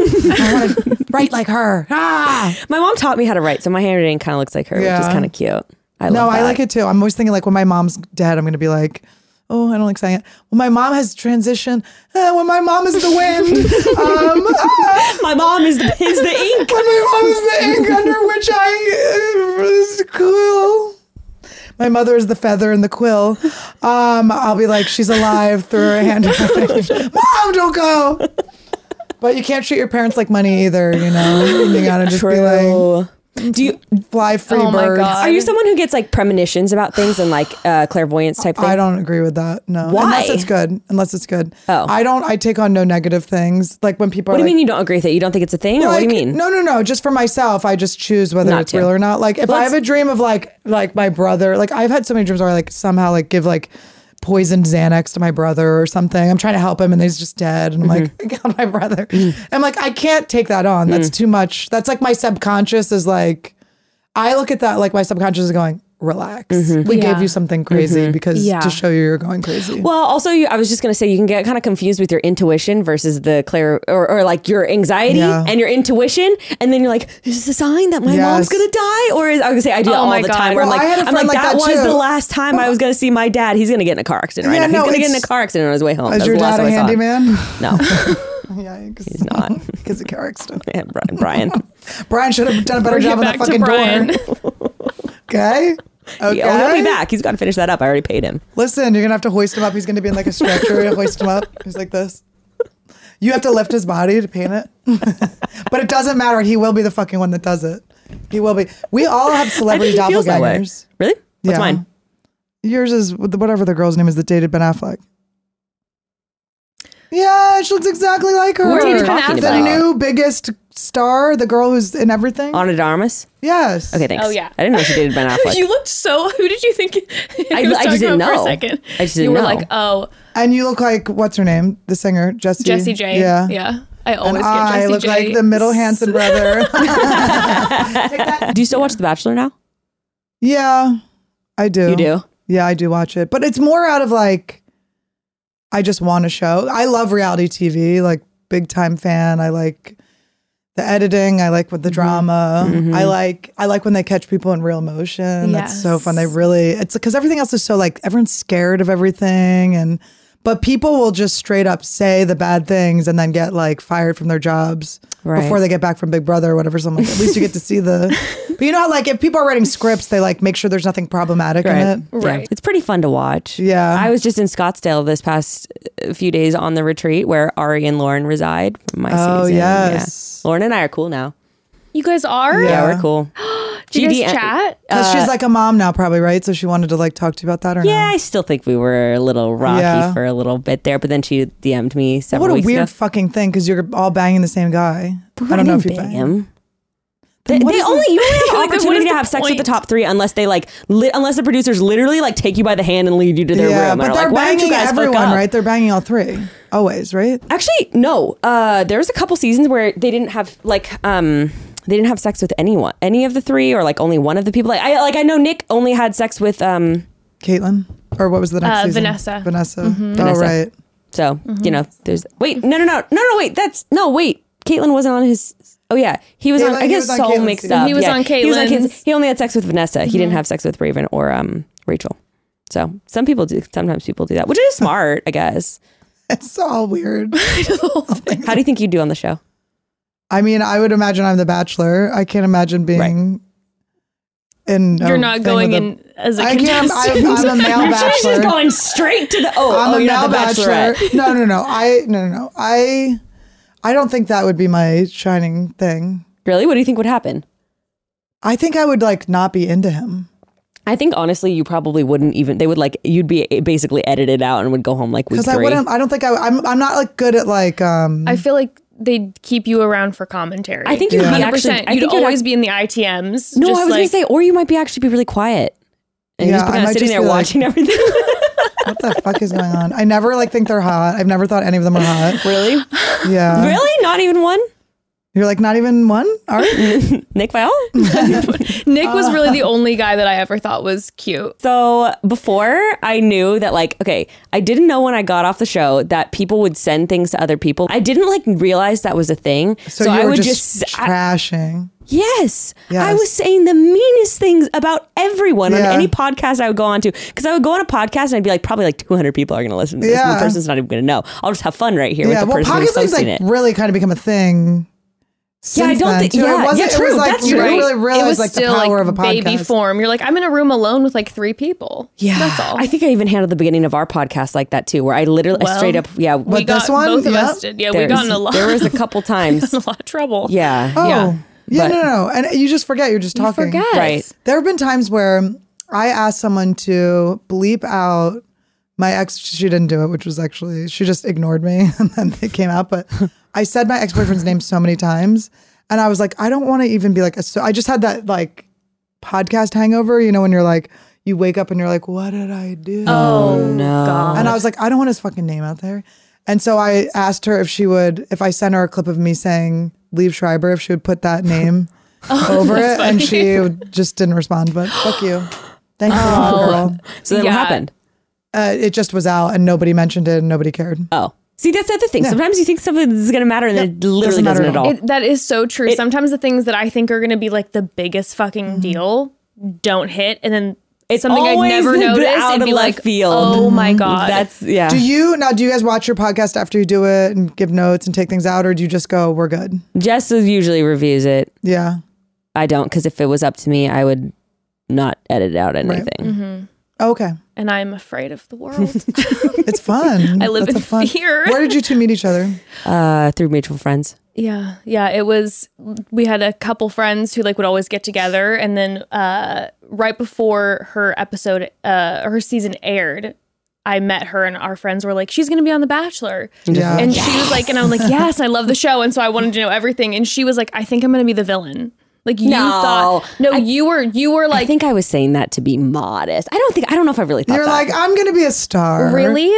[LAUGHS] want to write like her. Ah. My mom taught me how to write, so my handwriting kind of looks like her, which Yeah. is kind of cute. I No, love I that. like it too. I'm always thinking like when my mom's dead, I'm gonna be like, oh, I don't like saying it. Well, my mom has transitioned. Eh, when my mom is the wind, [LAUGHS] um, ah, My mom is the, is the ink. when my mom is the ink under which I uh, quill. My mother is the feather and the quill. Um, I'll be like, she's alive through her hand. [LAUGHS] mom, don't go. But you can't treat your parents like money either, you know. You gotta [LAUGHS] just be like, True. Do you fly free Oh my birds. God. are you someone who gets like premonitions about things and like uh, clairvoyance type thing? I don't agree with that. No. Unless Why? it's good. Unless it's good. Oh. I don't I take on no negative things. Like when people What are do you like, mean you don't agree with it? You don't think it's a thing? or what do you like, mean? No, no, no. Just for myself, I just choose whether Not it's to. real or not. Like if I Let's- have a dream of like like my brother, like I've had so many dreams where I like somehow like give like poisoned Xanax to my brother or something. I'm trying to help him and he's just dead. And I'm Mm-hmm. [LAUGHS] like, I got my brother. Mm. I'm like, I can't take that on. That's too much. That's like my subconscious is like I look at that like my subconscious is going, relax. Mm-hmm. We Yeah. gave you something crazy because Yeah. to show you you're going crazy. Well, also, you, I was just gonna say you can get kind of confused with your intuition versus the clair or, or like your anxiety Yeah. and your intuition, and then you're like, "Is this a sign that my Yes. mom's gonna die?" Or is, I was gonna say I do that Oh all my the God. time. Where Well, I'm I had a like, I'm friend like, like that, that was too. the last time I was gonna see my dad. He's gonna get in a car accident right Yeah, now. no, He's gonna get in a it's- car accident on his way home. Is That your was the last dad a time I saw him. [LAUGHS] handyman? [LAUGHS] No, Yikes. he's [LAUGHS] not. Because of car accident. Yeah, Bri- [LAUGHS] Brian. Brian should have done a better Bring job it on that back to fucking [LAUGHS] Brian. door. [LAUGHS] Okay. Okay. Yeah, oh, he'll be back. He's gotta finish that up. I already paid [LAUGHS] him. Listen, you're gonna have to hoist him up. He's gonna be in like a stretcher. You hoist him up. He's like this. You have to lift his body to paint it. [LAUGHS] but it doesn't matter. He will be the fucking one that does it. He will be. We all [LAUGHS] have I celebrity think he feels that way. doppelgangers. Really? What's Yeah. mine? Yours is with the- whatever the girl's name is that dated Ben Affleck. Yeah, she looks exactly like her. What are you Ben talking Affleck. the about? new biggest star, the girl who's in everything. Anna de Armas? yes. Okay, thanks. Oh, yeah. I didn't know she [LAUGHS] dated Ben Affleck. you looked so. Who did you think? [LAUGHS] he I- was I just talking didn't about For know. a second, I just you didn't were know. like, oh, And you look like what's her name? The singer Jesse. Jesse J. Yeah. yeah. I And always get I Jesse look J. like the middle Hanson [LAUGHS] brother. [LAUGHS] Do you still watch The Bachelor now? yeah, I do. You do? Yeah, I do watch it, but it's more out of like, I just want a show. I love reality TV, like big time fan. I like the editing. I like with Mm-hmm. the drama. I like I like when they catch people in real motion. That's so fun. They Yes. really it's because everything else is so like everyone's scared of everything and. But people will just straight up say the bad things and then get like fired from their jobs Right. before they get back from Big Brother or whatever. So I'm like, at least you get to [LAUGHS] see the. But you know how like if people are writing scripts, they like make sure there's nothing problematic in it. Right. It's pretty fun to watch. Yeah. I was just in Scottsdale this past uh, few days on the retreat where Ari and Lauren reside from my Oh, season. Yeah. yes. Lauren and I are cool now. You guys are. Yeah. Yeah, we're cool. Do you GD guys chat? uh, [LAUGHS] Because she's like a mom now, probably, right? So she wanted to like talk to you about that or Yeah, no? I still think we were a little rocky Yeah. for a little bit there, but then she DM'd me several What a weeks weird ago. fucking thing because you're all banging the same guy. I don't know if you bang him. They, Then what they is only the- you only [LAUGHS] have Like, what opportunity is to the have sex with the point? top three unless they like li- unless the producers literally like take you by the hand and lead you to their room. but and are they're like, Why don't you banging guys hook everyone, up?" right? They're banging all three. Always, right? Actually, no. Uh, there was a couple seasons where they didn't have like um, they didn't have sex with anyone, any of the three, or like only one of the people. Like I like I know Nick only had sex with um, Caitlin? Or what was the next Uh, season? Vanessa. Vanessa. Oh, Vanessa. right. [LAUGHS] so Mm-hmm. you know there's wait no no no no no wait that's no wait Caitlyn wasn't on his oh yeah he was on Caitlyn- I he guess was on so Caitlyn's mixed season. up He was yeah. on Mm-hmm. he was on Caitlyn's. Caitlyn's- he only had sex with Vanessa he didn't have sex with Raven or um Rachel so some people do sometimes people do that which is smart I guess It's all weird. um, how do you think you do on the show I mean, I would imagine I'm the bachelor. I can't imagine being in. a You're not thing going with a- in as a I can't. contestant. I'm, I'm [LAUGHS] a male she's bachelor. just going straight to the [LAUGHS] oh I'm oh, a you're not male the bachelor. bachelorette. no, no, no. I no, no, no. I I don't think that would be my shining thing. Really? What do you think would happen? I think I would like not be into him. I think honestly, you probably wouldn't even. They would like you'd be basically edited out and would go home like week Because I three. wouldn't. I don't think I. I'm. I'm not like good at like. Um. I feel like they'd keep you around for commentary. I think you'd be hundred actually- percent. I You'd think you'd always act- be in the ITMs. no, just I was gonna like- say, or you might be actually be really quiet and Yeah, you're just I kind of might sitting just there be like- watching [LAUGHS] everything. what the fuck is going on? I never like think they're hot. I've never thought any of them [LAUGHS] are hot. really, Yeah. really, not even one. You're like not even one. All right. Nick Vial. [LAUGHS] Nick was really uh, the only guy that I ever thought was cute. so before I knew that, like, okay, I didn't know when I got off the show that people would send things to other people. I didn't like realize that was a thing. So, So, you I were would just, just, I- trashing. Yes. Yes. I was saying the meanest things about everyone Yeah. on any podcast I would go on to. Because I would go on a podcast and I'd be like, probably like 200 people are going to listen to this. And Yeah. the person's not even going to know. I'll just have fun right here with yeah. the Well, person pocket who's things hosting like it. really kind of become a thing. Yeah, I since don't then, think- too. yeah, it wasn't, yeah, It was true, like that's you true. didn't really It realize was like still the power like of a podcast. baby form. You're like, I'm in a room alone with like three people. yeah. that's all. I think I even handled the beginning of our podcast like that too, where I literally I Well, straight up, yeah. we But got this one, both of yeah. us did. Yeah, we there's- got in a lot. [LAUGHS] Oh, There was a couple times. a lot of trouble. yeah. Oh. Yeah. Yeah. But- no, no, no. And you just forget. You're just You talking. forget. Right. There have been times where I asked someone to bleep out my ex. She didn't do it, which was actually she just ignored me, [LAUGHS] and then it came out. But I said my ex boyfriend's name so many times, and I was like, I don't want to even be like. So I just had that like podcast hangover. You know, when you're like, you wake up and you're like, what did I do? Oh no. God. And I was like, I don't want his fucking name out there. And so I asked her if she would, if I sent her a clip of me saying "Leave Schreiber," if she would put that name [LAUGHS] Oh, over it, and she [LAUGHS] just didn't respond. But fuck you, thank you, Oh. girl. So then Yeah. what happened? Uh, it just was out, and nobody mentioned it, and nobody cared. Oh. See, that's the other thing. Sometimes you think something is going to matter and then it literally Doesn't matter doesn't, at at all. It, that is so true. Sometimes the things that I think are going to be like the biggest fucking deal don't hit, and then it's something I Mm-hmm. always never the noticed out and of be left like, field. Mm-hmm. oh my god, That's, yeah. Do you now? Do you guys watch your podcast after you do it and give notes and take things out, or do you just go, "We're good"? Jess usually reviews it. Yeah. I don't because if it was up to me, I would not edit out anything. Mm-hmm. Oh, Okay, and I'm afraid of the [LAUGHS] world. it's fun. [LAUGHS] I live That's in a fun. fear. Where did you two meet each other? Uh, through mutual friends. yeah, yeah. It was we had a couple friends who like would always get together, and then uh, right before her episode, uh, her season aired. I met her and our friends were like, she's going to be on The Bachelor. Yeah. And she was like, and I'm like, yes, I love the show. And so I wanted to know everything. And she was like, I think I'm going to be the villain. Like you No. thought, no, you were, you were I like, think I was saying that to be modest. I don't think I don't know if I really thought You're that. like, I'm gonna be a star. really?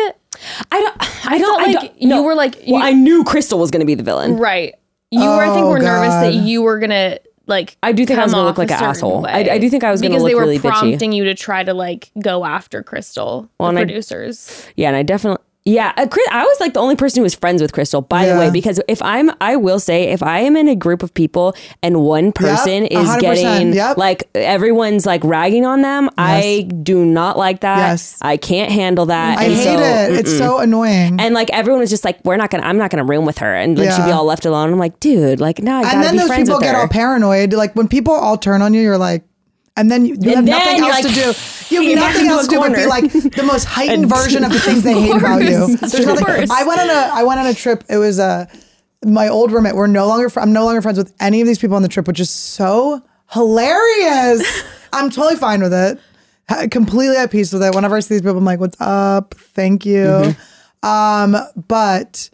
I don't. I, I don't felt I like don't- no. you were like, you, Mm-hmm. Well, I knew Crystal was going to be the villain. right. You were, I think Oh, were nervous that God. you were going to like, I do think I was come gonna look off like a an certain asshole. way. I- I do think I was gonna Because look they were really bitchy. prompting you to try to like go after Crystal, Well, and the I- producers. Yeah, and I definitely. Yeah, uh, Chris, I was like the only person who was friends with Crystal, by the Yeah. way, because if I'm, I will say, if I am in a group of people and one person is 100%, getting, yep. like, everyone's like ragging on them, I do not like that. Yes. I can't handle that. I and hate so- it. It's so annoying. And like everyone was just like, we're not gonna, I'm not gonna room with her, and like she'd be Yeah. all left alone. I'm like, dude, like now I gotta and then be those friends people with get her. all paranoid. Like when people all turn on you, you're like, and then you, you have then nothing you're else like, to do. [LAUGHS] You you're back have nothing into else a to do but be corner. like [LAUGHS] the most heightened And- version of the things they hate about you. course. There's Of nothing- course. I went on a I went on a trip. It was a my old roommate. We're no longer fr- I'm no longer friends with any of these people on the trip, which is so [LAUGHS] hilarious. I'm totally fine with it. Ha- Completely at peace with it. Whenever I see these people, I'm like, "What's up? Thank you." Um, but.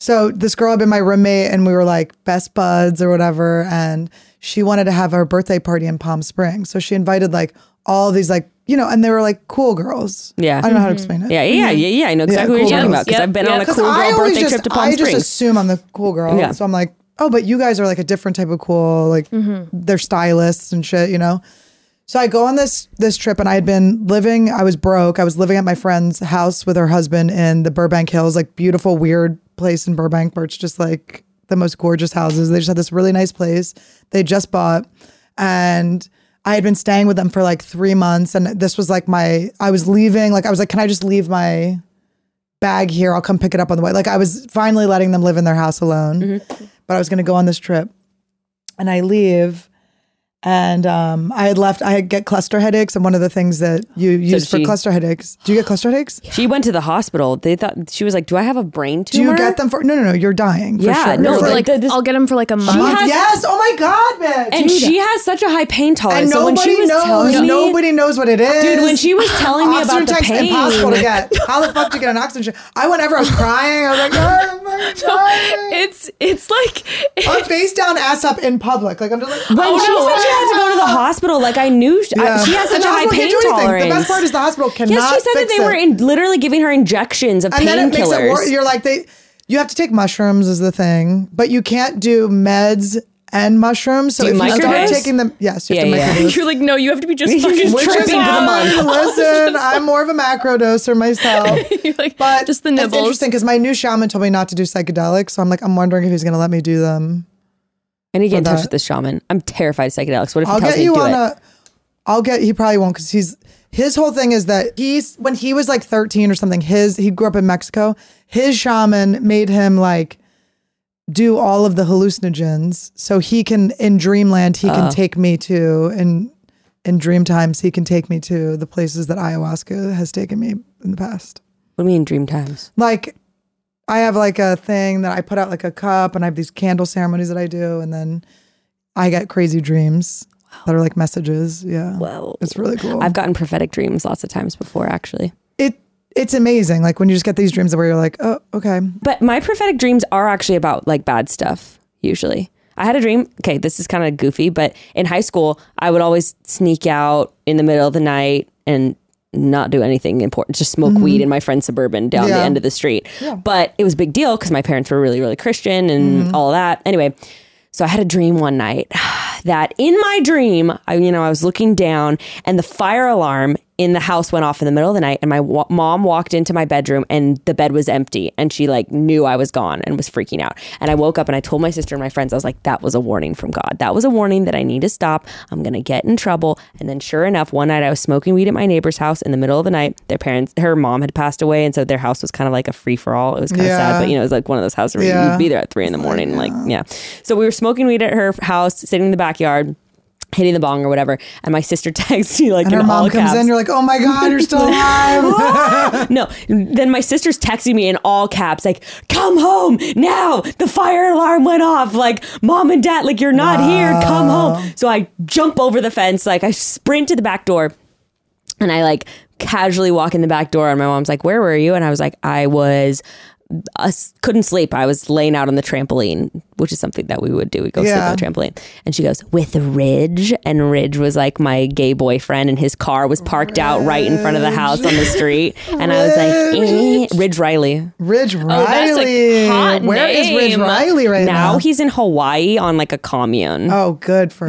So this girl had been my roommate and we were like best buds or whatever. And she wanted to have her birthday party in Palm Springs. So she invited like all these like, you know, and they were like cool girls. Yeah. I don't know how to explain it. yeah, yeah, yeah, yeah. I know exactly Mm-hmm. cool what you're talking girls. about because Yep, I've been yep. on a 'Cause cool I girl always birthday just, trip to Palm I Springs. just assume I'm the cool girl. Yeah. So I'm like, oh, but you guys are like a different type of cool. Like Mm-hmm. they're stylists and shit, you know? So I go on this this trip and I had been living, I was broke. I was living at my friend's house with her husband in the Burbank Hills, like beautiful, weird place in Burbank where it's just like the most gorgeous houses. They just had this really nice place they just bought. And I had been staying with them for like three months. And this was like my I was leaving. Like I was like, Can I just leave my bag here? I'll come pick it up on the way. Like I was finally letting them Mm-hmm. live in their house alone. But I was gonna go on this trip. And I leave And um, I had left. I had get cluster headaches, and one of the things that you use for she- cluster headaches. Do you get cluster headaches? She went to the hospital. They thought she was like, "Do I have a brain Do tumor?" you get them for? No, no, no. You're dying. For Yeah, sure. no, For, For Like, like, the- this- I'll get them for like a month. month- yes. Oh my god, man. And she has such a high pain tolerance. and so when nobody she was knows. telling me, nobody knows what it is. dude, when she was telling me oxygen about the tank's pain, impossible to get. How the fuck do you get an oxygen? tank? I went ever. I was crying. I was like, oh, I'm [LAUGHS] fucking dying. It's it's like Oh. I'm face down, ass up in public. Like I'm just like. oh, when she said she had to go to [LAUGHS] the hospital, like I knew she, I- she has such And the a high hospital pain can't do anything. tolerance. The best part is the hospital cannot yes, she said that fix they it. were in, literally giving her injections of and then it makes it worse. painkillers. You're like they, you have to take mushrooms is the thing, but you can't do meds and mushrooms. So Do you if you start microdose? taking them, yes, you have Yeah, to yeah. [LAUGHS] microdose. [LAUGHS] you're like no, you have to [LAUGHS] be just fucking Which is tripping to the why- month. [LAUGHS] Um, listen, I'm more of a macro doser myself. [LAUGHS] You're like But just the it's nibbles. [LAUGHS] interesting because my new shaman told me not to do psychedelics, so I'm like, I'm wondering if he's gonna let me do them. I need to get in touch that. with this shaman. I'm terrified of psychedelics. What if he I'll tells get me you to do on it? a. I'll get. He probably won't because he's his whole thing is that he's when he was like 13 or something. His he grew up in Mexico. His shaman made him like do all of the hallucinogens, so he can in Dreamland he Uh. can take me to and in dream times he can take me to the places that ayahuasca has taken me in the past. What do you mean dream times? like I have like a thing that I put out like a cup and I have these candle ceremonies that I do and then I get crazy dreams that are like messages. Yeah. Whoa. It's really cool. I've gotten prophetic dreams lots of times before, actually. it it's amazing. Like when you just get these dreams where you're like, oh, okay. But my prophetic dreams are actually about like bad stuff usually. I had a dream. Okay, this is kind of goofy, but in high school, I would always sneak out in the middle of the night and not do anything important, just smoke weed in my friend's suburban down the Mm-hmm. Yeah. Mm-hmm. end of the street. But it was a big deal because my parents were really, really Christian and all that. Anyway, so I had a dream one night [SIGHS] that in my dream, I, you know, I was looking down and the fire alarm in the house went off in the middle of the night and my wa- mom walked into my bedroom and the bed was empty and she like knew I was gone and was freaking out. And I woke up and I told my sister and my friends, I was like, that was a warning from God. That was a warning that I need to stop. I'm going to get in trouble. And then sure enough, one night I was smoking weed at my neighbor's house in the middle of the night. Their parents, her mom had passed away. And so their house was kind of like a free for all. It was kind of sad, Yeah. but you know, it was like one of those houses where Yeah. you'd be there at three in the morning. Like, yeah. So we were smoking weed at her house, sitting in the backyard, hitting the bong or whatever. And my sister [LAUGHS] texts me like, And her in mom all comes caps. in, you're like, oh my God, [LAUGHS] you're still alive. no. Then my sister's texting me in all caps, like, come home now. The fire alarm went off. Like, mom and dad, like, you're not here. Come home. So I jump over the fence. Like, I sprint to the back door and I like casually walk in the back door. And my mom's like, where were you? And I was like, I was. I couldn't sleep. I was laying out on the trampoline, which is something that we would do. We'd go sleep Yeah. on the trampoline. And she goes, with Ridge. And Ridge was like my gay boyfriend, and his car was parked out right in front of the house on the street. And I was like, eh. Ridge Riley. Ridge Oh, that's a Riley. Where hot is Ridge name. Riley right now? Now he's in Hawaii on like a commune. oh, good for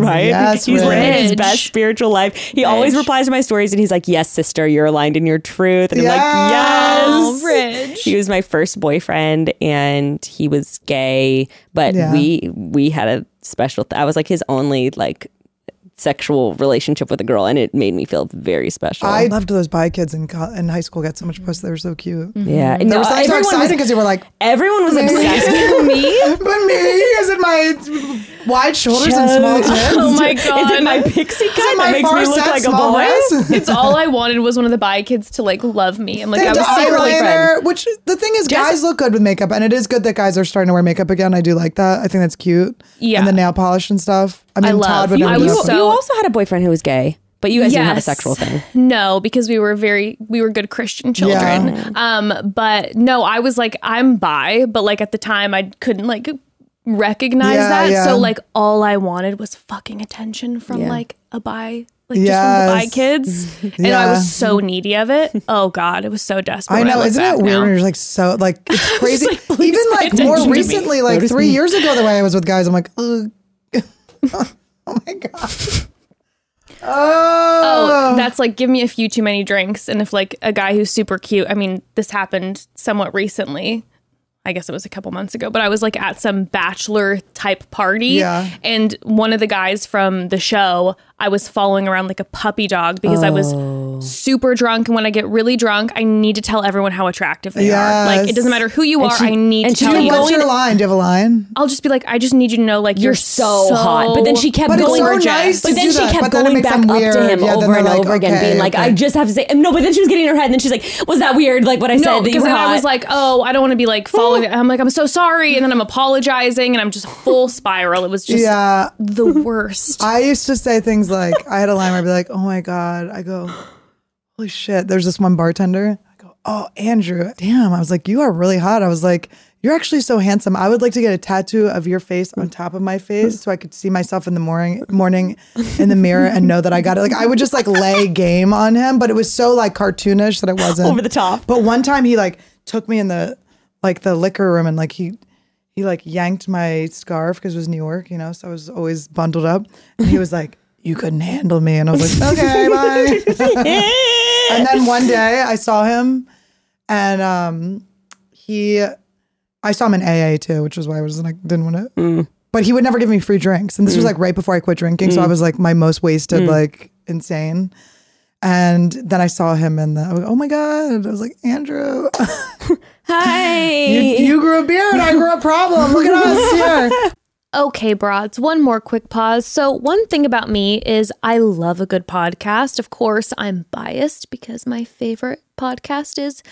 [LAUGHS] Right? Yes, he's living Ridge. his Ridge. best spiritual life. He always replies to my stories and he's like, Yes, sister, you're aligned in your truth. And I'm like, Yes. Oh, Ridge. He was my first boyfriend, and he was gay, but Yeah. we we had a special. Th- I was like his only like sexual relationship with a girl, and it made me feel very special. I loved those bi kids in, co- in high school. Got so much pussy. They were so cute. yeah, and They no, were so Mm-hmm. everyone excited was because they were like, everyone [LAUGHS] was obsessed [LAUGHS] with me. But me is it my wide shoulders and small tits? [LAUGHS] Oh my Is it God. my pixie cut Is it that my makes me look far-set like a small boy? [LAUGHS] breasts? It's all I wanted was one of the bi kids to like love me. I'm like, I And was secretly eyeliner, which the thing is, Jess- guys look good with makeup, and it is good that guys are starting to wear makeup again. I do like that. I think that's cute. Yeah. and the nail polish and stuff. I mean, love- Todd would you- never I do was so- that, but- You also had a boyfriend who was gay, but you guys didn't have a Yes. sexual thing. No, because we were very we were good Christian children. Um, but no, I was like I'm bi, but like at the time I couldn't like recognize Yeah, that. yeah. So like all I wanted was fucking attention from like a bi, like just one of the bi Yes. kids, and I Yeah. was so needy of it. Oh god, it was so desperate. I when know, look isn't back it weird? now. when You're like so [LAUGHS] like it's crazy. like, please Even pay like attention to more me. recently, like three years ago, the way I was with guys, I'm like, Ugh. [LAUGHS] oh my god. Oh, Oh, that's like give me a few too many drinks, and if like a guy who's super cute. I mean, this happened somewhat recently. I guess it was a couple months ago, but I was like at some bachelor type party, Yeah. and one of the guys from the show I was following around like a puppy dog because I was Oh. super drunk. And when I get really drunk, I need to tell everyone how attractive they are. Like, Yes. it doesn't matter who you are, she- I need and to she tell kept you. What's going- your line? Do you have a line? I'll just be like, I just need you to know, like, You're so, hot. But then she kept But it's going. so nice but to then do she that, kept but then it going makes back them up to weird. him Yeah, then over and they're like, over again, okay, being like, okay. I just have to say, and no, but then she was getting in her head, and then she's like, was that weird? Like what I No, said that you because were then hot. I was [LAUGHS] like, oh, I don't want to be like following. I'm like, I'm so sorry, and then I'm apologizing, and I'm just full spiral. It was just Yeah. [LAUGHS] the worst. I used to say things like, I had a line where I'd be like, oh my God. I go, holy shit. There's this one bartender. I go, oh, Andrew, damn. I was like, you are really hot. I was like, you're actually so handsome. I would like to get a tattoo of your face on top of my face so I could see myself in the morning morning in the mirror and know that I got it. Like I would just like lay game on him, but it was so like cartoonish that it wasn't Over the top. But one time he like took me in the like the liquor room and like he he like yanked my scarf because it was New York, you know, so I was always bundled up. And he was like, [LAUGHS] You couldn't handle me. And I was like, Okay, bye. and then one day I saw him and um he I saw him in AA too, which was why I was like didn't want to but he would never give me free drinks. And this was like right before I quit drinking. So I was like my most wasted, like insane. And then I saw him in the, I was, oh my God. I was like, Andrew, hi. you, you grew a beard. I grew a problem. Look at us here. Okay, broads, one more quick pause. So, one thing about me is I love a good podcast. Of course, I'm biased because my favorite podcast is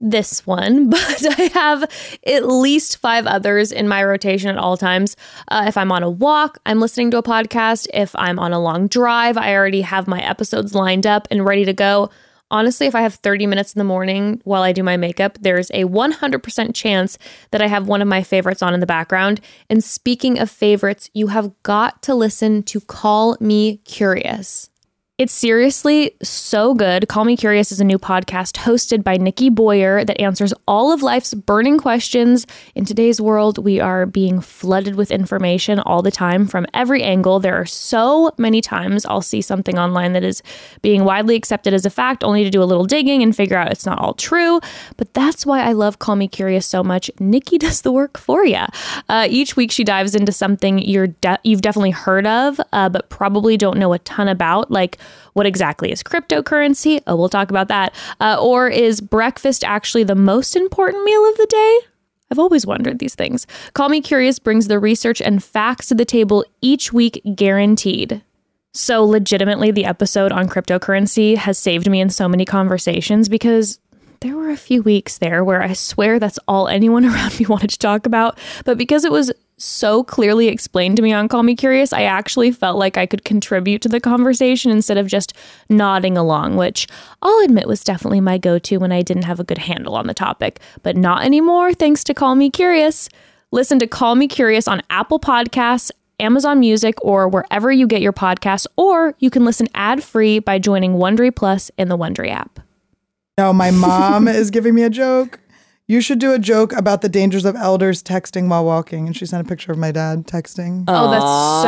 this one, [LAUGHS] but I have at least five others in my rotation at all times. Uh, if I'm on a walk, I'm listening to a podcast. If I'm on a long drive, I already have my episodes lined up and ready to go. Honestly, if I have 30 minutes in the morning while I do my makeup, there's a 100% chance that I have one of my favorites on in the background. And speaking of favorites, you have got to listen to Call Me Curious. It's seriously so good. Call Me Curious is a new podcast hosted by Nikki Boyer that answers all of life's burning questions. In today's world, we are being flooded with information all the time from every angle. There are so many times I'll see something online that is being widely accepted as a fact, only to do a little digging and figure out it's not all true. But that's why I love Call Me Curious so much. Nikki [LAUGHS] does the work for you. Uh, each week, she dives into something you're de- you've definitely heard of, uh, but probably don't know a ton about, like what exactly is cryptocurrency? Oh, we'll talk about that. Uh, or is breakfast actually the most important meal of the day? I've always wondered these things. Call Me Curious brings the research and facts to the table each week, guaranteed. So, legitimately, the episode on cryptocurrency has saved me in so many conversations because there were a few weeks there where I swear that's all anyone [LAUGHS] around me wanted to talk about. But because it was so clearly explained to me on Call Me Curious, I actually felt like I could contribute to the conversation instead of just nodding along, which I'll admit was definitely my go to when I didn't have a good handle on the topic. But not anymore, thanks to Call Me Curious. Listen to Call Me Curious on Apple Podcasts, Amazon Music, or wherever you get your podcasts, or you can listen ad free by joining Wondery Plus in the Wondery app. No, my mom is giving me a joke. You should do a joke about the dangers of elders texting while walking. And she sent a picture of my dad texting. Oh, that's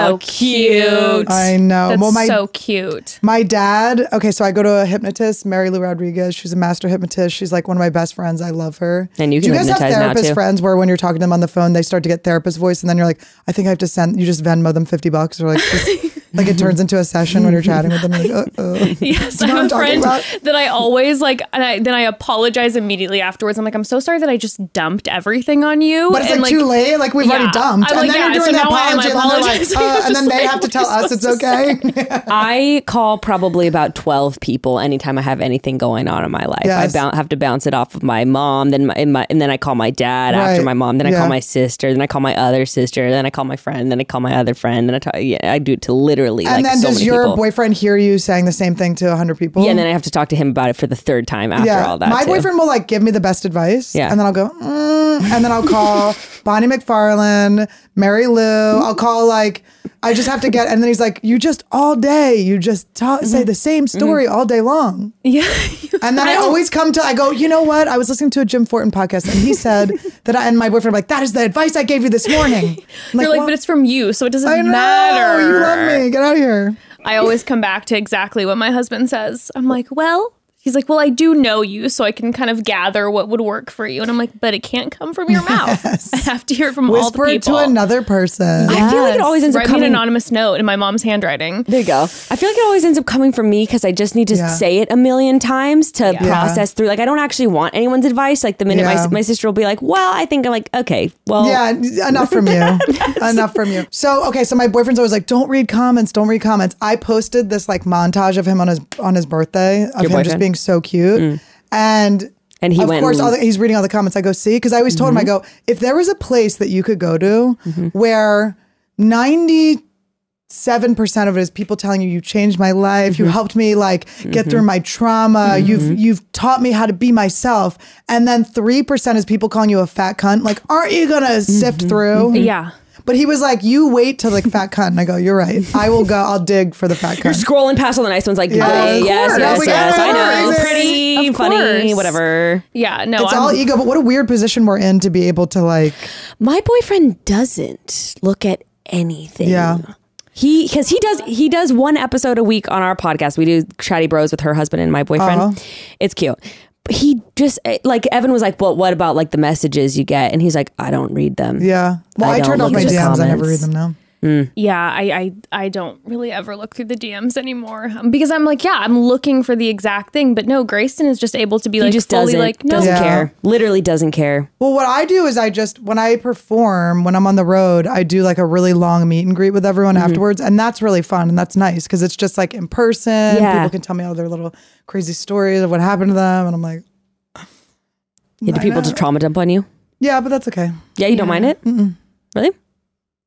so cute. I know. That's well, my so cute. [LAUGHS] My dad, okay, so I go to a hypnotist, Mary Lou Rodriguez. She's a master hypnotist. She's like one of my best friends. I love her. And you Do can you guys have hypnotize now, therapist too. friends where when you're talking to them on the phone, they start to get therapist voice, and then you're like, I think I have to send. You just Venmo them fifty bucks, or like, [LAUGHS] just- like it turns into a session when you're chatting with them. Like, "Uh, uh-oh. Yes, what I'm I'm a talking friend about? that I always like, and I, then I apologize immediately afterwards. I'm like, I'm so sorry that I just dumped everything on you. But it's and, like, too late. Like we've yeah. already dumped, I'm and like, then yeah, you're so doing the now I am apology, and then, [LAUGHS] they're apologizing. like, uh, I'm and then just they like, have what to are tell you us it's supposed to okay. I call probably about 12 people anytime I have anything going on in my life. Yes. I bou- have to bounce it off of my mom, then my, and my and then I call my dad after Right. my mom, then I Yeah. call my sister, then I call my other sister, then I call my friend, then I call my other friend, then I talk, yeah, I do it to literally and like then so does many your people. boyfriend hear you saying the same thing to hundred people? yeah, and then I have to talk to him about it for the third time after all that. My too. boyfriend will like give me the best advice. Yeah. And then I'll go, mm, and then I'll [LAUGHS] call Bonnie McFarlane, Mary Lou. I'll call like, I just have to get, and then he's like, you just all day, you just talk, Mm-hmm. say the same story all day long. [LAUGHS] yeah. And then I, always come to, I go, you know what? I was listening to a Jim Fortin podcast and [LAUGHS] he said that, I, and my boyfriend, like, that is the advice I gave you this morning. I'm You're like, "Well, but it's from you, so it doesn't I know, matter. You love me. Get out of here. I always come back to exactly what my husband says. I'm like, well, He's like, well, I do know you, so I can kind of gather what would work for you. And I'm like, but it can't come from your [LAUGHS] mouth. I have to hear it from all the Whisper it people. to another person. I feel like it always ends up Write me an coming. anonymous note in my mom's handwriting. there you go. I feel like it always ends up coming from me because I just need to Yeah. say it a million times to process through. Like I don't actually want anyone's advice. Like the minute my, Yeah. my sister will be like, "Well," I think I'm like, "Okay, well." Yeah, en- enough [LAUGHS] from you. enough from you. So okay, so my boyfriend's always like, "Don't read comments. Don't read comments." I posted this like montage of him on his on his birthday of him just boyfriend? Mm. being so cute, and And he of went course, and- all the, he's reading all the comments. I go see because I always told him, I go, if there was a place that you could go to where ninety seven percent of it is people telling you you changed my life, you helped me like get through my trauma, you've you've taught me how to be myself, and then three percent is people calling you a fat cunt. Like, aren't you gonna sift through? Yeah. But he was like, you wait till like fat cunt, and I go, you're right. I will go. I'll dig for the fat cunt. Scrolling past all the nice ones, like, Yeah. "Okay, Of yes, course. yes, Like, yes, I know, of course. pretty, Of funny, course. whatever." Yeah. No, it's I'm, all ego, but what a weird position we're in to be able to like. My boyfriend doesn't look at anything. Yeah. He because he does he does one episode a week on our podcast. We do chatty bros with her husband and my boyfriend. Uh-huh. It's cute. But he just eh, like Evan was like, "Well, what about like the messages you get?" And he's like, "I don't read them." Yeah. Well, I I, don't turned off look my at DMs. the I never read comments. them now. yeah, I, I I don't really ever look through the DMs anymore um, because I'm like, yeah, I'm looking for the exact thing. But no, Grayston is just able to be He like just fully doesn't like, no, doesn't Yeah. care. Literally doesn't care. Well, what I do is I just when I perform, when I'm on the road, I do like a really long meet and greet with Mm-hmm. everyone afterwards, and that's really fun and that's nice because it's just like in person. Yeah. People can tell me all their little crazy stories of what happened to them, and I'm like, Yeah, do I people know. just trauma dump on you? yeah, but that's okay. Yeah, you don't mind it. Really?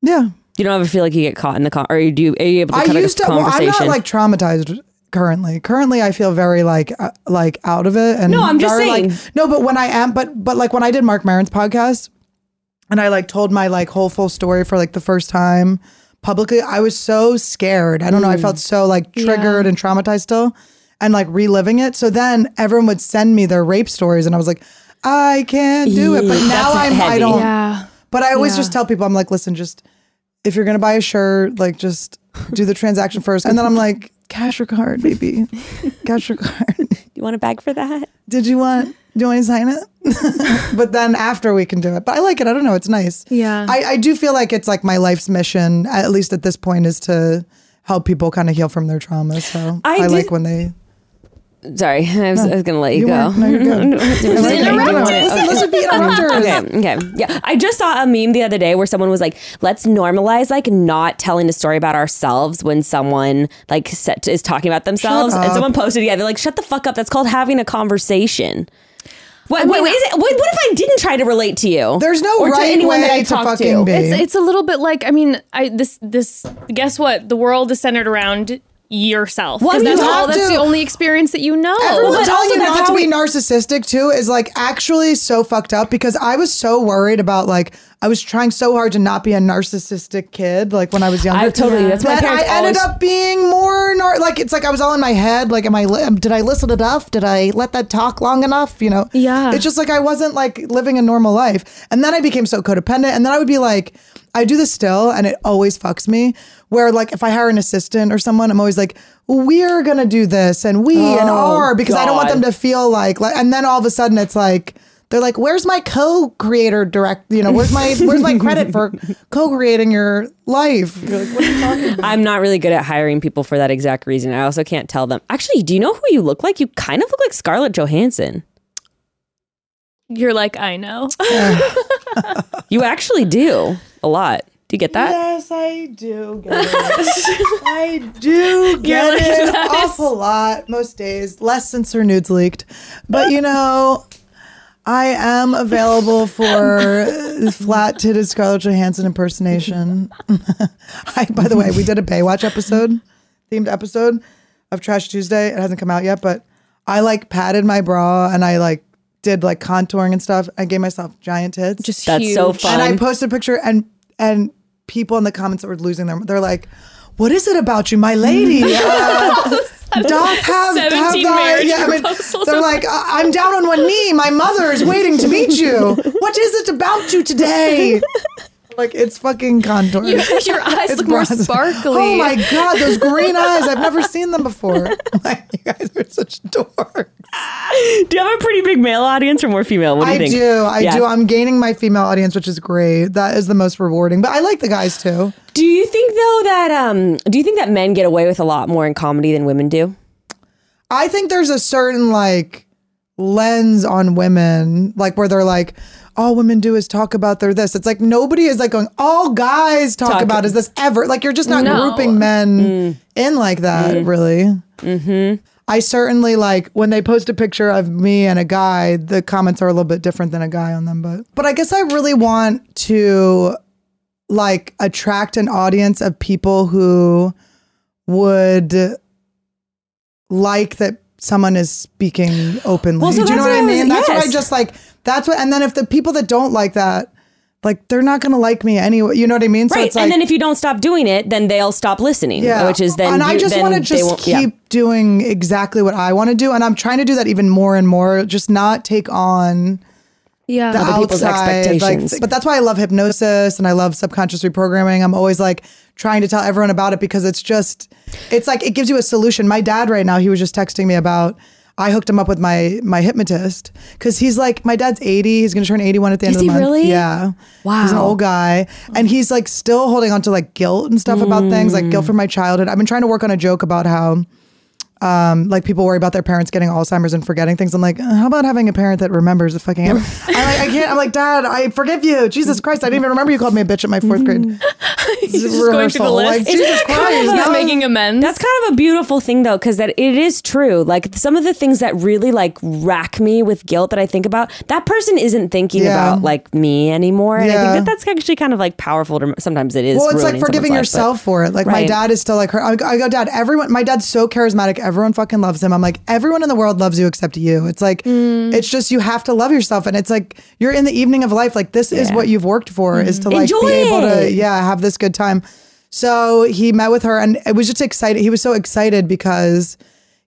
Yeah, You don't ever feel like you get caught in the con, or you do? Are you able to I cut a used to. Well, I'm conversation? not like traumatized currently. Currently, I feel very like uh, like out of it. And No, I'm just very, like- saying. no, but when I am, but but like when I did Mark Maron's podcast, and I like told my like whole full story for like the first time publicly, I was so scared. I don't know. Mm. I felt so like triggered and traumatized still, and like reliving it. So then everyone would send me their rape stories, and I was like, I can't do it. But Yeah, now that's I'm. I heavy. don't. yeah, But I always Yeah. just tell people, I'm like, listen, just if you're gonna buy a shirt, like just do the transaction first, and then I'm like, cash or card, baby, [LAUGHS] cash or card. you want a bag for that? Did you want? Do you want to sign it? [LAUGHS] but then after we can do it. But I like it. I don't know. It's nice. Yeah. I, I do feel like it's like my life's mission, at least at this point, is to help people kind of heal from their trauma. So I I, did- like when they. Sorry, [LAUGHS] I was, I was gonna let you, You go. weren't- no, [LAUGHS] you're good. It was Like, okay. I don't Don't know. want it. Listen, [LAUGHS] those would be interrupters. Okay, okay. Yeah. I just saw a meme the other day where someone was like, let's normalize like not telling a story about ourselves when someone like set, is talking about themselves. Shut And up. someone posted, yeah, they're like, shut the fuck up. That's called having a conversation. What, I mean, what, what is it, what, what if I didn't try to relate to you? There's no Or to right anyone that I way to talk to. fucking be. it's it's a little bit like I mean, I this this guess what the world is centered around yourself. Well, I Well, mean, that's you all. have That's to- the only experience that you know. Everyone but telling also you that's not to how be we- narcissistic too is like actually so fucked up because I was so worried about like I was trying so hard to not be a narcissistic kid like when I was younger. I totally, that's my That I parents ended always- up being more nar- like it's like I was all in my head like am I li- did I listen enough did I let that talk long enough you know Yeah. it's just like I wasn't like living a normal life and then I became so codependent and then I would be like I do this still and it always fucks me where like if I hire an assistant or someone I'm always like we're gonna do this and we and are because I don't want Oh, God. them to feel like, like and then all of a sudden it's like they're like where's my co-creator direct you know where's my where's my credit [LAUGHS] for co-creating your life You're like, what are you talking [LAUGHS] about? I'm not really good at hiring people for that exact reason. I also can't tell them. Actually, do you know who you look like? You kind of look like Scarlett Johansson. You're like I [LAUGHS] know. You actually do a lot. Do you get that? yes i do get it i do get like, it an that is- awful lot most days less since her nudes leaked but you know I am available for flat-titted Scarlett Johansson impersonation. [LAUGHS] I, by the way, we did a Baywatch episode, themed episode of Trash Tuesday. It hasn't come out yet, but I like padded my bra and I like did like contouring and stuff. I gave myself giant tits. Just That's so huge. fun. and I posted a picture and and people in the comments that were losing their they're like, "What is it about you, [LAUGHS] my lady?" Uh, Doth have, have 17 thy, marriage yeah, I mean, proposals. they're like, I- I'm down on one knee. My mother is waiting to meet you. What is it about [LAUGHS] you today? Like, it's fucking [LAUGHS] contour. Your eyes look more bronze. sparkly. Oh [LAUGHS] my god, those green eyes! I've never seen them before. Like, you guys are such dorks. Do you have a pretty big male audience or more female? What do you I think? do. I Yeah. do. I'm gaining my female audience, which is great. That is the most rewarding. But I like the guys too. Do you think though that um do you think that men get away with a lot more in comedy than women do? I think there's a certain like lens on women, like where they're like, all women do is talk about their this. It's like nobody is like going, all guys talk, Talk- about is this ever. Like you're just not No. grouping men in like that, really. Mm-hmm. I certainly like when they post a picture of me and a guy, the comments are a little bit different than a guy on them, but but I guess I really want to like attract an audience of people who would like that someone is speaking openly. Well, so Do you know that's what I what I was- mean? that's what I yes. just like. That's what. And then if the people that don't like that, like they're not going to like me anyway. You know what I mean? So Right. it's like, and then if you don't stop doing it, then they'll stop listening. yeah. Which is then and I you- just then want to they just won't- yeah. keep doing exactly what I want to do, and I'm trying to do that even more and more. Just not take on Yeah. the other people's outside, expectations. Like, but that's why I love hypnosis and I love subconscious reprogramming. I'm always like trying to tell everyone about it because it's just, it's like it gives you a solution. My dad right now, he was just texting me about. I hooked him up with my my hypnotist because he's like my dad's 80. He's gonna turn 81 at the end Is of he the month. really? Yeah. He's an Wow. old guy, and he's like still holding on to like guilt and stuff about things, like guilt from my childhood. I've been trying to work on a joke about how um, like people worry about their parents getting Alzheimer's and forgetting things. I'm like, uh, how about having a parent that remembers the [LAUGHS] fucking? I'm like, I can't. I'm like, Dad, I forgive you. Jesus Christ, I didn't even remember you called me a bitch at my fourth grade [LAUGHS] He's just going through the rehearsal. list. [LAUGHS] Like, Jesus Christ, He's no. making amends. That's kind of a beautiful thing though, because that it is true. Like some of the things that really like rack me with guilt that I think about, that person isn't thinking Yeah. about like me anymore. And I Yeah. think that that's actually kind of like powerful. To, sometimes it is. Well, it's like ruining forgiving someone's life, yourself for it. Like my Right. dad is still like her. I go, I go, Dad. Everyone, my dad's so charismatic. Everyone fucking loves him. I'm like, everyone in the world loves you except you. It's like, Mm. it's just you have to love yourself, and it's like you're in the evening of life. Like this is what you've worked for is to like Enjoy be able to it. yeah have this good time. So he met with her, and it was just excited. He was so excited because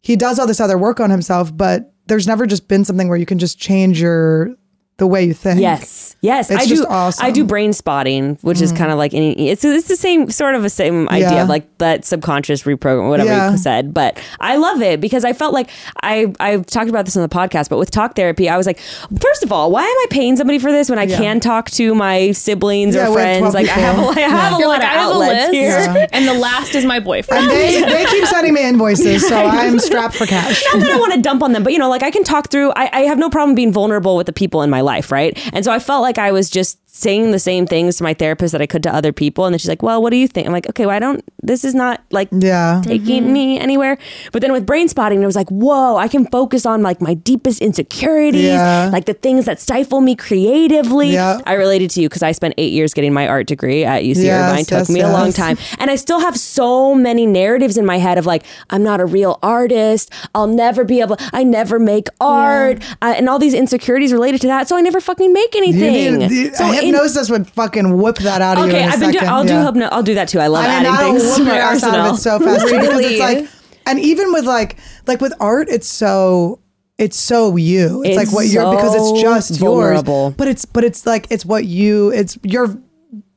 he does all this other work on himself, but there's never just been something where you can just change your the way you think. Yes, yes, It's I do. just awesome. Mm. I do brain spotting, which is kind of like any. It's it's the same sort of a same idea Yeah. of like that subconscious reprogram, whatever Yeah. you said. But I love it because I felt like I I've talked about this on the podcast, but with talk therapy, I was like, first of all, why am I paying somebody for this when I can talk to my siblings Yeah, or we have friends? 12 Like I have people. a, I have a You're lot like, I of have a outlets list, here. and the last is my boyfriend. [LAUGHS] And they, they keep sending me invoices, so I'm strapped for cash. not that I want to dump on them, but you know, like I can talk through. I, I have no problem being vulnerable with the people in my life, right? And so I felt like I was just saying the same things to my therapist that I could to other people, and then she's like, "Well, what do you think?" I'm like, "Okay, well, I don't. This is not like Yeah. taking me anywhere." But then with brain spotting, it was like, "Whoa, I can focus on like my deepest insecurities, Yeah. like the things that stifle me creatively." Yeah. I related to you because I spent eight years getting my art degree at UC Irvine. Yes, Took yes, me a long yes. time time. And I still have so many narratives in my head of like, I'm not a real artist. I'll never be able, I never make art. Uh, and all these insecurities related to that. So I never fucking make You anything. need, the, so in- hypnosis would fucking whip that out of you. okay, in a I've been second. doing, I'll yeah. do, hypno- I'll do that too. I love I mean, adding I'll things whip to my your ass out of arsenal. it so fast too, because Really? it's like, and even with like, like with art, it's so. It's so you. It's, It's like what you're because it's so just vulnerable. yours. But it's but it's like it's what you. It's your.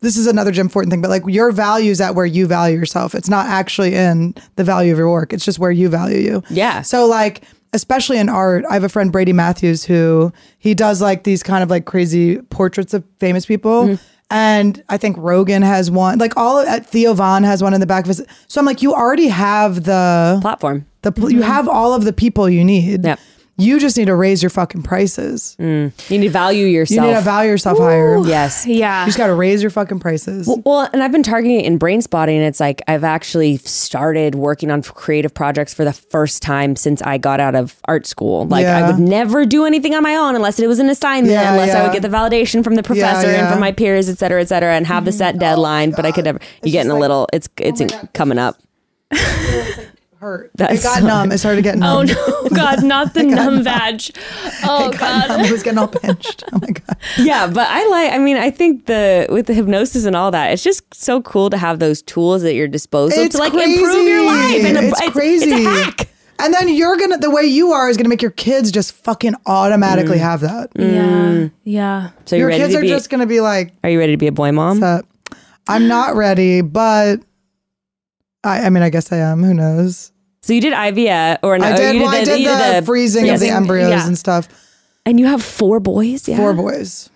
This is another Jim Fortin thing, but like your values at where you value yourself. It's not actually in the value of your work. It's just where you value you. Yeah. So like especially in art, I have a friend Brady Matthews who he does like these kind of like crazy portraits of famous people. Mm-hmm. And I think Rogan has one. Like all of, uh, Theo Vaughn has one in the back of his. So I'm like, you already have the Platform. the pl- you have all of the people you need. Mm-hmm. Yep. Mm. You just need to raise your fucking prices. You need to value You yourself. need to value yourself higher. You yes. yeah. just got to raise your fucking prices. Well, and I've been targeting it in brain spotting. It's like I've actually started working on creative projects for the first time since I got out of art school. Like I Yeah. would never do anything on my own unless it was an assignment, Yeah, unless I yeah. would get the validation from the professor and yeah. Mm-hmm. Oh, from my peers, et cetera, et cetera, and have the set deadline. but I could never. You're getting a little. It's it's coming up. Hurt. That's it got so- numb. It [LAUGHS] started getting numb. Oh no, God, not the numb vag. Oh Got God. numb. [LAUGHS] It was getting all pinched. Oh my god. yeah, but I like. I mean, I think the with the hypnosis and all that, it's just so cool to have those tools at your disposal It's to like crazy. improve your life. And it's, crazy. It's a hack. And then you're gonna the way you are is gonna make your kids just fucking automatically have that. Yeah, yeah. So you're Your Mm. ready kids to are be. just gonna be like, are you ready to be a boy mom? uh, "I'm not ready," but I, I mean, I guess I am. Who knows? So you did IVF, or no, I did. Oh, You Well, I did you the, freezing of the freezing. embryos Yeah. and stuff. and you have four boys. Yeah, Four boys.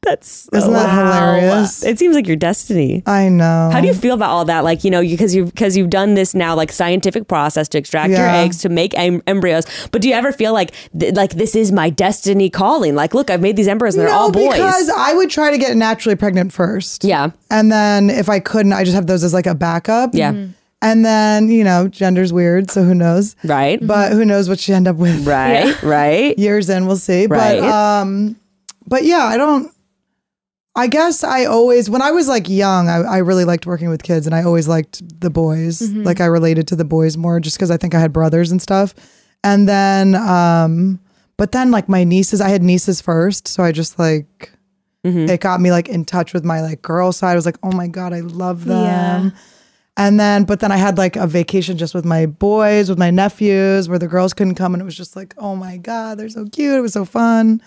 That's Isn't that hilarious? It seems like your destiny. I know. How do you feel about all that? Like you know, because you because you've done this now, like scientific process to extract your Yeah. eggs to make em- embryos. But do you ever feel like th- like this is my destiny calling? Like, look, I've made these embryos, and they're no, all boys. because I would try to get naturally pregnant first. yeah, And then if I couldn't, I just have those as like a backup. Yeah. Mhm. And then, you know, gender's weird, so who knows? right, But who knows what you end up with. Mm-hmm. right, right. Years in, we'll see. Right. But um but yeah, I don't I guess I always when I was like young, I, I really liked working with kids and I always liked the boys. Mm-hmm. Like I related to the boys more just because I think I had brothers and stuff. And then um but then like my nieces, I had nieces first, so I just like Mm-hmm. it got me like in touch with my like girl side. I was like, oh my god, I love them. And then, but then I had like a vacation just with my boys, with my nephews, where the girls couldn't come, and it was just like, oh my god, they're so cute. It was so fun.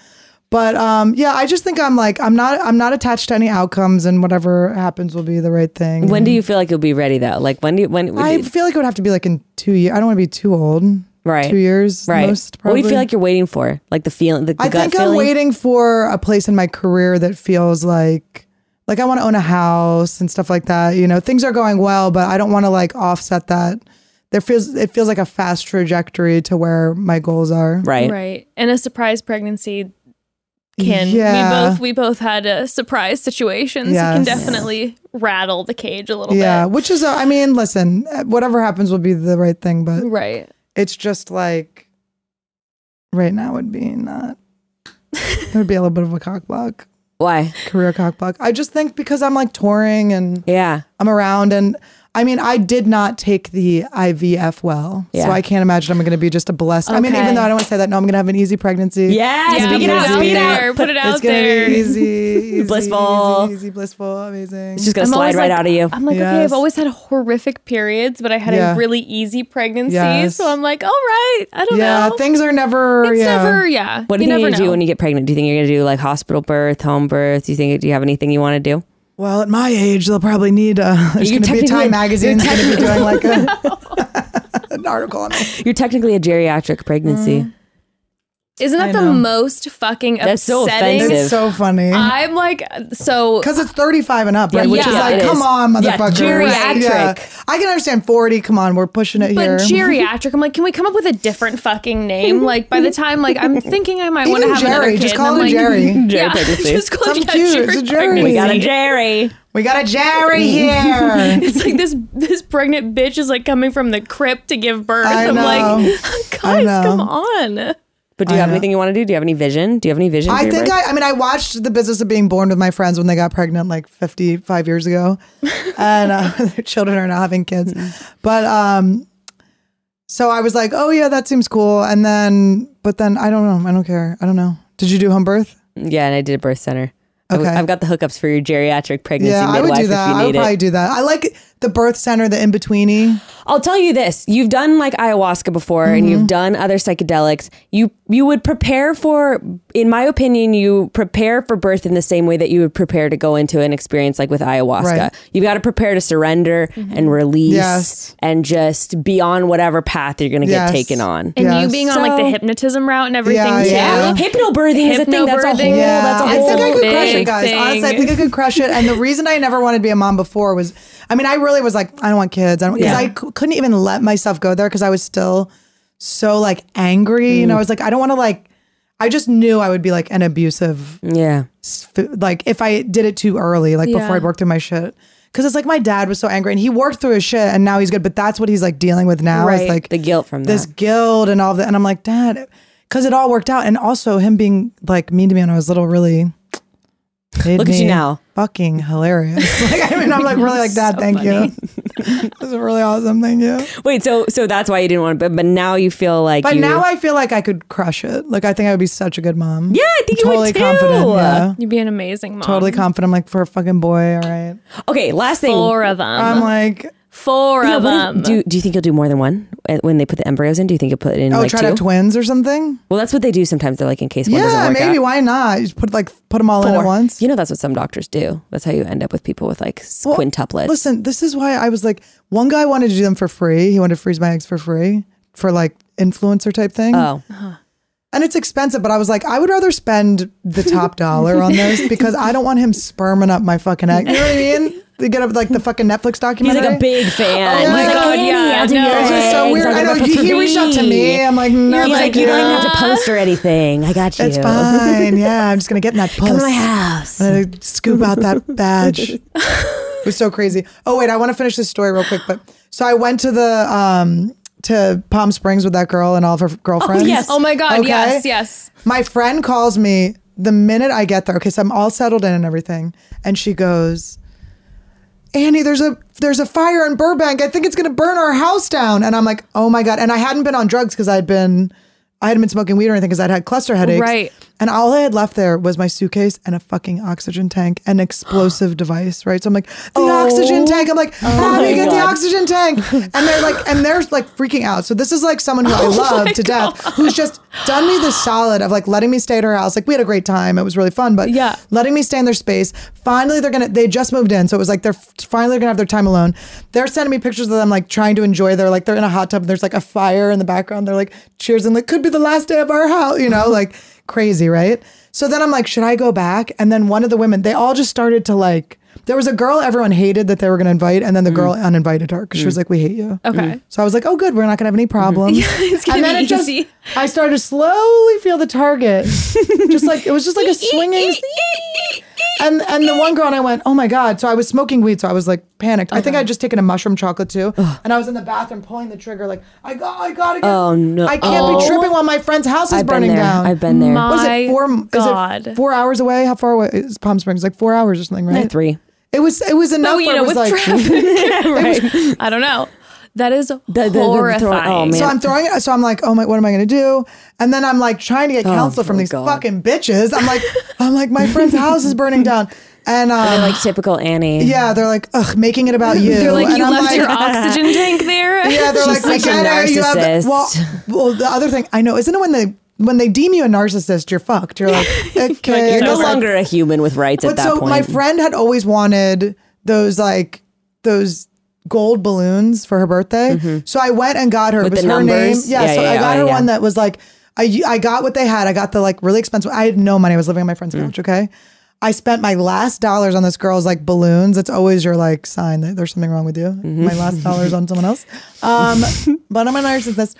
But um, yeah, I just think I'm like I'm not I'm not attached to any outcomes, and whatever happens will be the right thing. When do you feel like you'll be ready though? Like when do you, when I feel like it would have to be like in two years. I don't want to be too old. Right. Two years. right? Most what do probably. you feel like you're waiting for? Like the feeling, the, the I gut think feeling. I'm waiting for a place in my career that feels like like I want to own a house and stuff like that. You know, things are going well, but I don't want to like offset that. There feels it feels like a fast trajectory to where my goals are. Right. Right. And a surprise pregnancy can Yeah. we both we both had a surprise situation, so it can Yes. definitely rattle the cage a little Yeah, bit. which is a, I mean, listen, whatever happens will be the right thing, but Right. it's just like right now would be not. [LAUGHS] It would be a little bit of a cock block, Why? career cock block. I just think because I'm like touring and Yeah. I'm around and I mean I did not take the IVF well. Yeah. So I can't imagine I'm going to be just a blessed. I mean Okay. even though I don't want to say that no I'm going to have an easy pregnancy. Yeah. Yeah, speak put it it out. out Speak it there. out. Put it out It's going to there. be [LAUGHS] easy, easy Blissful. easy, easy, blissful, amazing. It's just gonna I'm slide always right like- out of you. I'm like, okay, Yes. I've always had horrific periods, but I had Yeah. a really easy pregnancy. Yes. So I'm like, all right, I don't yeah, know. things are never it's yeah. never, yeah. What do you, never think you're gonna know. do when you get pregnant? Do you think you're gonna do like hospital birth, home birth? Do you think do you have anything you want to do? Well, at my age they'll probably need a [LAUGHS] there's You're going to be a technically- Time magazine's going to be doing like a [LAUGHS] [LAUGHS] an article on me. You're technically a geriatric pregnancy. Mm. Isn't that I the know. most fucking That's so upsetting? offensive. It's so funny. I'm like, so Cause it's 35 and up, right? Yeah, Which is yeah, like, it come is. on, Yeah, motherfucker. geriatric. I can understand 40. Come on, we're pushing it But here. geriatric, I'm like, can we come up with a different fucking [LAUGHS] name? Like by the time, like I'm thinking I might want to Even have another Jerry, kid. just and call I'm it like, Jerry. Jerry [LAUGHS] Yeah, pregnancy. just call it Something cute. Jerry It's a Jerry. pregnancy. We [LAUGHS] got a Jerry. We got [LAUGHS] a Jerry here. It's like this this pregnant bitch is like coming from the crypt to give birth. I am [LAUGHS] know. like, guys, know. come on. But do you I have know. anything you want to do? Do you have any vision? Do you have any vision? for I your think birth? I, I mean, I watched The Business of Being Born with my friends when they got pregnant like 55 [LAUGHS] years ago. And uh, [LAUGHS] their children are now having kids. Hmm. But um, so I was like, oh, yeah, that seems cool. And then, but then I don't know. I don't care. I don't know. Did you do home birth? yeah, and I did a birth center. I w- Okay. I've got the hookups for your geriatric pregnancy yeah, I midwife would do if that. you I would need probably it. do that. I like the birth center, the in betweeny. I'll tell you this: you've done like ayahuasca before, and Mm-hmm. you've done other psychedelics. You you would prepare for, in my opinion, you prepare for birth in the same way that you would prepare to go into an experience like with ayahuasca. Right. Mm-hmm. You've got to prepare to surrender and release, Yes. and just be on whatever path you're going to Yes. get taken on. And you Yes. being on like the So- hypnotism route and everything Yeah, too. yeah. Hypnobirthing is a thing. That's a whole. Hypnobirthing. Yeah. That's a I whole. think I could big crush it, guys. Honestly, I thing. think I could crush it. And the reason I never wanted to be a mom before was, I mean, I really was like, I don't want kids. I don't because Yeah. I c- couldn't even let myself go there because I was still so like angry. You know, I was like, I don't want to like. I just knew I would be like an abusive, yeah. s- f- like if I did it too early, like Yeah. before I'd worked through my shit. Because it's like my dad was so angry and he worked through his shit and now he's good, but that's what he's like dealing with now. Is Right. like The guilt from this that. guild and all of that. And I'm like, Dad, because it all worked out. And also him being like mean to me when I was little really. made Look at you me now. Fucking hilarious. [LAUGHS] Like, I mean, I'm [LAUGHS] like really like, Dad, thank you. [LAUGHS] this is really awesome. Thank you. Wait, so so that's why you didn't want to, but, but now you feel like. But you, now I feel like I could crush it. Like, I think I would be such a good mom. Yeah, I think Totally you would too. confident. Yeah. You'd be an amazing mom. Totally confident. I'm like, for a fucking boy. All right. Okay, last thing. Four of them. I'm like, Four Yeah, of what if- them. do do you think you'll do more than one Uh, when they put the embryos in? Do you think you'll put it in Oh, like try two? to have twins or something. well, that's what they do sometimes. They're like in case one yeah, doesn't work maybe. out. Why not? You just put like put them all in at Four. once. You know that's what some doctors do. That's how you end up with people with like s- Well, quintuplets. Listen, this is why I was like, one guy wanted to do them for free. He wanted to freeze my eggs for free for like influencer type thing. oh, And it's expensive, but I was like, I would rather spend [LAUGHS] the top dollar on this because I don't want him sperming up my fucking egg. You know what I mean? They get up like the fucking Netflix he's documentary. like a big fan. Oh my he's like, God, Annie, yeah, I'll do no. your It's just so eggs. weird. I'll I do know. them for He, he reached out to free." me. I'm like, no, He's like, thank "Ah." you don't even have to post or anything. I got you. It's fine. Yeah, I'm just gonna get in that puss. Come to my house. [LAUGHS] I'm gonna Uh, scoop out that badge. it was so crazy. Oh wait, I want to finish this story real quick. But so I went to the um to Palm Springs with that girl and all of her girlfriends. yes. Oh my God, Okay? yes, yes. My friend calls me the minute I get there. Okay, so I'm all settled in and everything, and she goes. Annie, there's a there's a fire in Burbank. I think it's gonna burn our house down. And I'm like, oh my god. And I hadn't been on drugs because I'd been I hadn't been smoking weed or anything because I'd had cluster headaches. Right. And all I had left there was my suitcase and a fucking oxygen tank, an explosive device, right? So I'm like, the oxygen tank. I'm like, Abby, get the oxygen tank. And they're like, and they're like freaking out. So this is like someone who I love to death, who's just done me the solid of like letting me stay at her house. Like we had a great time. It was really fun, but Yeah. letting me stay in their space. Finally, they're gonna. They just moved in, so it was like they're f- finally gonna have their time alone. They're sending me pictures of them like trying to enjoy. They're like they're in a hot tub. And there's like a fire in the background. They're like cheers and like could be the last day of our house. You know, like [LAUGHS] crazy, right? So then I'm like, should I go back? And then one of the women, they all just started to like. There was a girl everyone hated that they were gonna invite, and then the girl uninvited her because she was like, "We hate you." Okay. So I was like, "Oh, good, we're not gonna have [LAUGHS] any problems." it's gonna and then be it just, easy. I started to slowly feel [LAUGHS] the target, just like it was just like a swinging and and the one girl and I went, oh my god! So I was smoking weed, so I was like panicked. I think I would just taken a mushroom chocolate too, and I was in the bathroom pulling the trigger, like I got, I gotta get. Oh, no. I can't be Oh. tripping while my friend's house is I've been burning there. down. I've been there. My What is it four? Is God. it four hours away? How far away is Palm Springs? Like four hours or something, right? Three. It was. It was enough. oh, you where know, it was with like, [LAUGHS] traffic. [LAUGHS] right. I don't know. That is the- the throw- oh, horrifying. man. So I'm throwing it. So I'm like, oh my, what am I going to do? And then I'm like trying Oh, to get counsel from these fucking bitches. I'm like, I'm like, my friend's house is burning down, and um, Like typical Annie. yeah, they're like, ugh, making [LAUGHS] it about you. They're like, And you I'm left like- your oxygen tank [LAUGHS] there. Yeah, they're She's like, we such a get it. You have the, narcissist. well, well, the other thing I know isn't it when they when they deem you a narcissist, you're fucked. [LAUGHS] You're like, okay, You're no I guess I- longer a human with rights at But that so point. my friend had always wanted those like those gold balloons for her birthday. Mm-hmm. So I went and got her. it With was the her numbers? name. Yeah, Yeah, so yeah, I yeah, got oh, her yeah. one that was like I I got what they had. I got the like really expensive. I had no money. I was living on my Mm. friend's couch. Okay. I spent my last dollars on this girl's like balloons. It's always your like sign that there's something wrong with you. Mm-hmm. My last dollars on [LAUGHS] someone else. Um, but I'm a narcissist.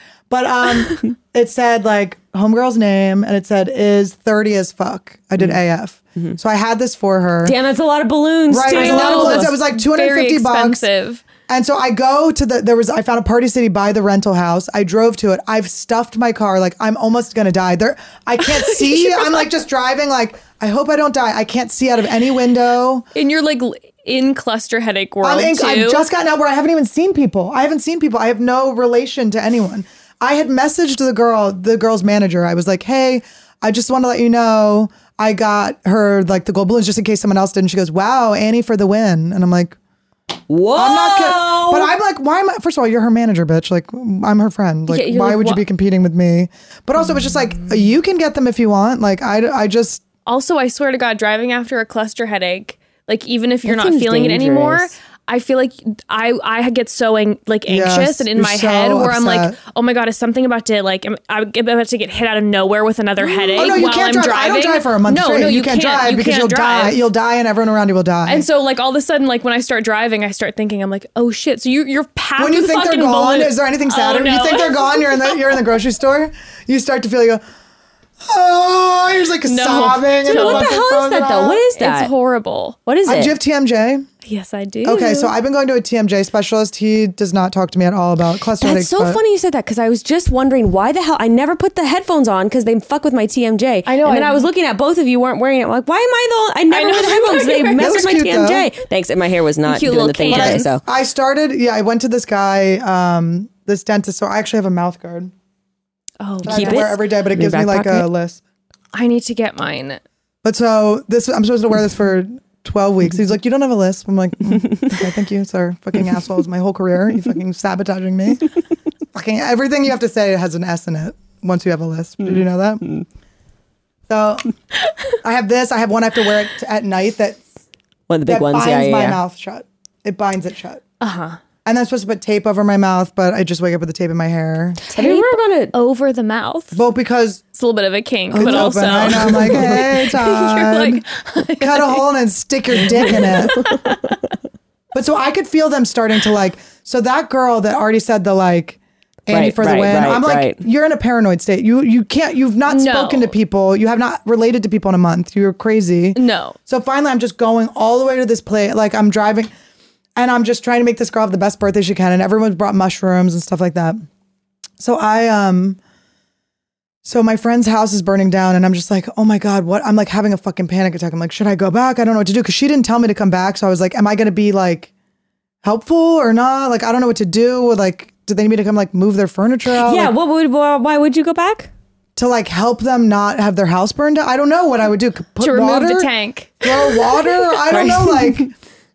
[LAUGHS] But um, it said like homegirl's name and it said is 30 as fuck. I Mm. did AF. Mm-hmm. So I had this for her. Damn, that's a lot of balloons. Right, too. it was a lot of know. balloons. It was like two hundred Very fifty bucks. expensive. And so I go to the there was I found a Party City by the rental house. I drove to it. I've stuffed my car like I'm almost gonna die. There I can't see. I'm like just driving like I hope I don't die. I can't see out of any window. And you're like l- in cluster headache world I'm in, too. I've just gotten out where I haven't even seen people. I haven't seen people. I have no relation to anyone. I had messaged the girl, the girl's manager. I was like, "Hey, I just want to let you know I got her like the gold balloons just in case someone else did." And she goes, "Wow, Annie for the win." And I'm like, Whoa. I'm not Oh. kidding. But I'm like, why am I? First of all, you're her manager, bitch. Like, I'm her friend. Like, Yeah, you're why like, would you wha- be competing with me? But also, it's just like, you can get them if you want. Like, I, I just, also, I swear to God, driving after a cluster headache, like even if you're That not seems feeling it anymore, dangerous. I feel like I I get so ang- like anxious Yes, and in you're my so head where I'm like, upset. oh my God, is something about to like am- I'm about to get hit out of nowhere with another headache oh no, you while can't I'm drive. I driving? don't drive for a month no, straight. no, you, can't, drive you because can't you'll die. drive. You'll die, and everyone around you will die. And so, like all of a sudden, like when I start driving, I start thinking, I'm like, oh shit. So you, you're packing. when you think they're fucking gone, balloon- is there anything Oh, sadder? You no. think they're gone? You're in the, you're in the grocery store. You start to feel you go, oh, you're just like sobbing. Dude, and what the fucking hell is throwing it that though? up. What is that? It's horrible. what is Uh, it? Do you have TMJ? Yes, I do. Okay, so I've been going to a TMJ specialist. He does not talk to me at all about cluster That's headaches, so but- funny you said that because I was just wondering why the hell I never put the headphones on because they fuck with my TMJ. I know, And then I- I, was looking at both of you weren't wearing it. I'm like, why am I the? I never know. wear the headphones. They That mess was with my cute, TMJ. Thanks, and my hair was not Cute doing little the thing can. But today. So I started, yeah, I went to this guy, um, this dentist. So I actually have a mouth guard. oh, that Keep I God. it wear every day, but it in your gives me back like a pocket? list. I need to get mine. But so this, I'm supposed to wear this for 12 weeks. He's like, You don't have a list. I'm like, "Mm, okay, Thank you, sir. Fucking assholes. My whole career. You fucking [LAUGHS] sabotaging me. fucking everything you have to say has an S in it once you have a list. Did you know that? Mm-hmm. So I have this. I have one I have to wear it at night that, One of the big that ones. binds Yeah, yeah, my yeah. Uh-huh. mouth shut. It binds it shut. Uh huh. And I'm supposed to put tape over my mouth, but I just wake up with the tape in my hair. Have you ever gone to? Over the mouth. Well, because It's a little bit of a kink, it's but open, also [LAUGHS] I [LAUGHS] know, I'm like, hey, Todd. you're like, [LAUGHS] cut a hole in it and stick your dick [LAUGHS] in it. but so I could feel them starting to like. So that girl that already said the like, Andy Right, for the right, win. right, I'm like, right. you're in a paranoid state. You you can't. You've not No. spoken to people. You have not related to people in a month. You're crazy. no. So finally, I'm just going all the way to this place. Like I'm driving, and I'm just trying to make this girl have the best birthday she can. And everyone's brought mushrooms and stuff like that. So I um, so my friend's house is burning down, and I'm just like, oh my god, what? I'm like having a fucking panic attack. I'm like, should I go back? I don't know what to do because she didn't tell me to come back. So I was like, am I gonna be like helpful or not? Like I don't know what to do. Like, do they need me to come like move their furniture out? Yeah. Like, What would? why- Why would you go back? to like help them not have their house burned down. I don't know what I would do. Put To remove water? the tank. throw water. I don't know, like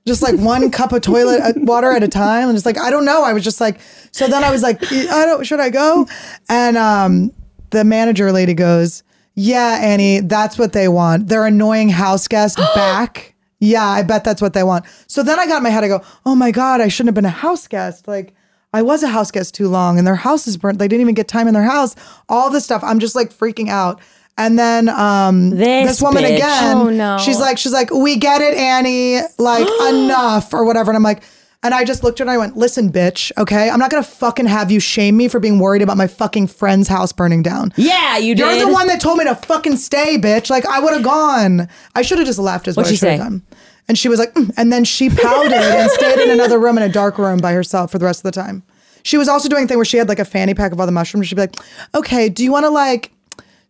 just like one cup of toilet uh, water at a time, and just like I don't know. I was just like, so then I was like, I don't. Should I go? And um, the manager lady goes, Yeah, Annie, that's what they want. Their annoying house guest back. Yeah, I bet that's what they want. So then I got in my head. I go, Oh my god, I shouldn't have been a house guest. Like. I was a house guest too long and their house is burnt. They didn't even get time in their house. All this stuff. I'm just like freaking out. And then um This this, woman bitch. again. Oh, no. She's like, she's like, we get it, Annie. Like enough or whatever. And I'm like, and I just looked at her and I went, listen, bitch. Okay, I'm not gonna fucking have you shame me for being worried about my fucking friend's house burning down. Yeah, you You're did. the one that told me to fucking stay, bitch. Like I would have gone. I should have just left. Is what What'd I she should have say? done. And she was like, "Mm," and then she pouted and stayed in another room in a dark room by herself for the rest of the time. She was also doing a thing where she had like a fanny pack of all the mushrooms. She'd be like, okay, do you want to like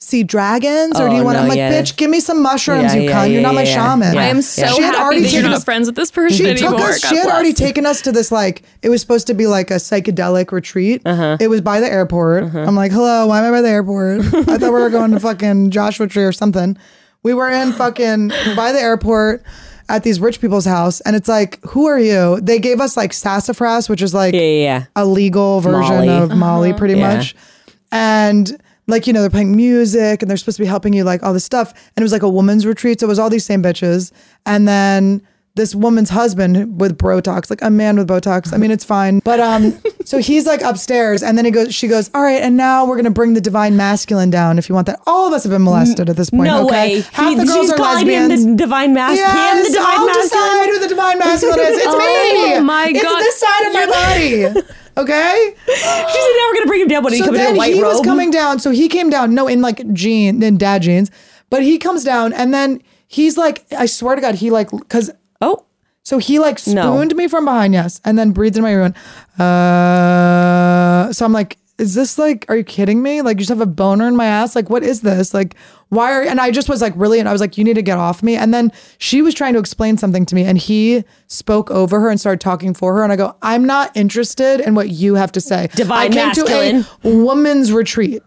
see dragons or do Oh, you want to? no, I'm like, yeah. bitch, give me some mushrooms, Yeah, you yeah, cunt. yeah, You're not my yeah, yeah. shaman. Yeah. I am so She had happy already that you're taken not us- friends with this person she anymore. took us. God She had already bless. taken us to this like it was supposed to be like a psychedelic retreat. It was by the airport. I'm like, hello, why am I by the airport? I thought we were going to fucking Joshua Tree or something. We were in fucking by the airport at these rich people's house, and it's like, who are you? They gave us like sassafras, which is like Yeah, yeah, yeah. a legal version Molly. Uh-huh. of Molly, pretty Yeah. much. And like, you know, they're playing music and they're supposed to be helping you, like all this stuff. And it was like a woman's retreat. So it was all these same bitches. And then this woman's husband with Botox, like a man with Botox. I mean, it's fine. But um, so he's like upstairs, and then he goes, she goes, All right, and now we're gonna bring the divine masculine down if you want that. All of us have been molested at this point. No okay? way. Half He- the girls she's are calling lesbians. him the divine masculine. him the Yes, divine I'll masculine. decide who the divine masculine is. It's [LAUGHS] Oh me. my God. It's this side of my body. Okay. She said, "Now we're gonna bring him down." But he so comes in a then white he robe. was coming down. So he came down. No, in like jean, in dad jeans. But he comes down, and then he's like, I swear to God, he like, cause oh, so he like No. spooned me from behind, yes, and then breathed in my ear. and went, Uh, so I'm like, is this like, are you kidding me? Like, you just have a boner in my ass? Like, what is this? Like, why are, and I just was like, really? And I was like, you need to get off me. And then she was trying to explain something to me, and he spoke over her and started talking for her. And I go, I'm not interested in what you have to say. Divine I came masculine. to a woman's retreat.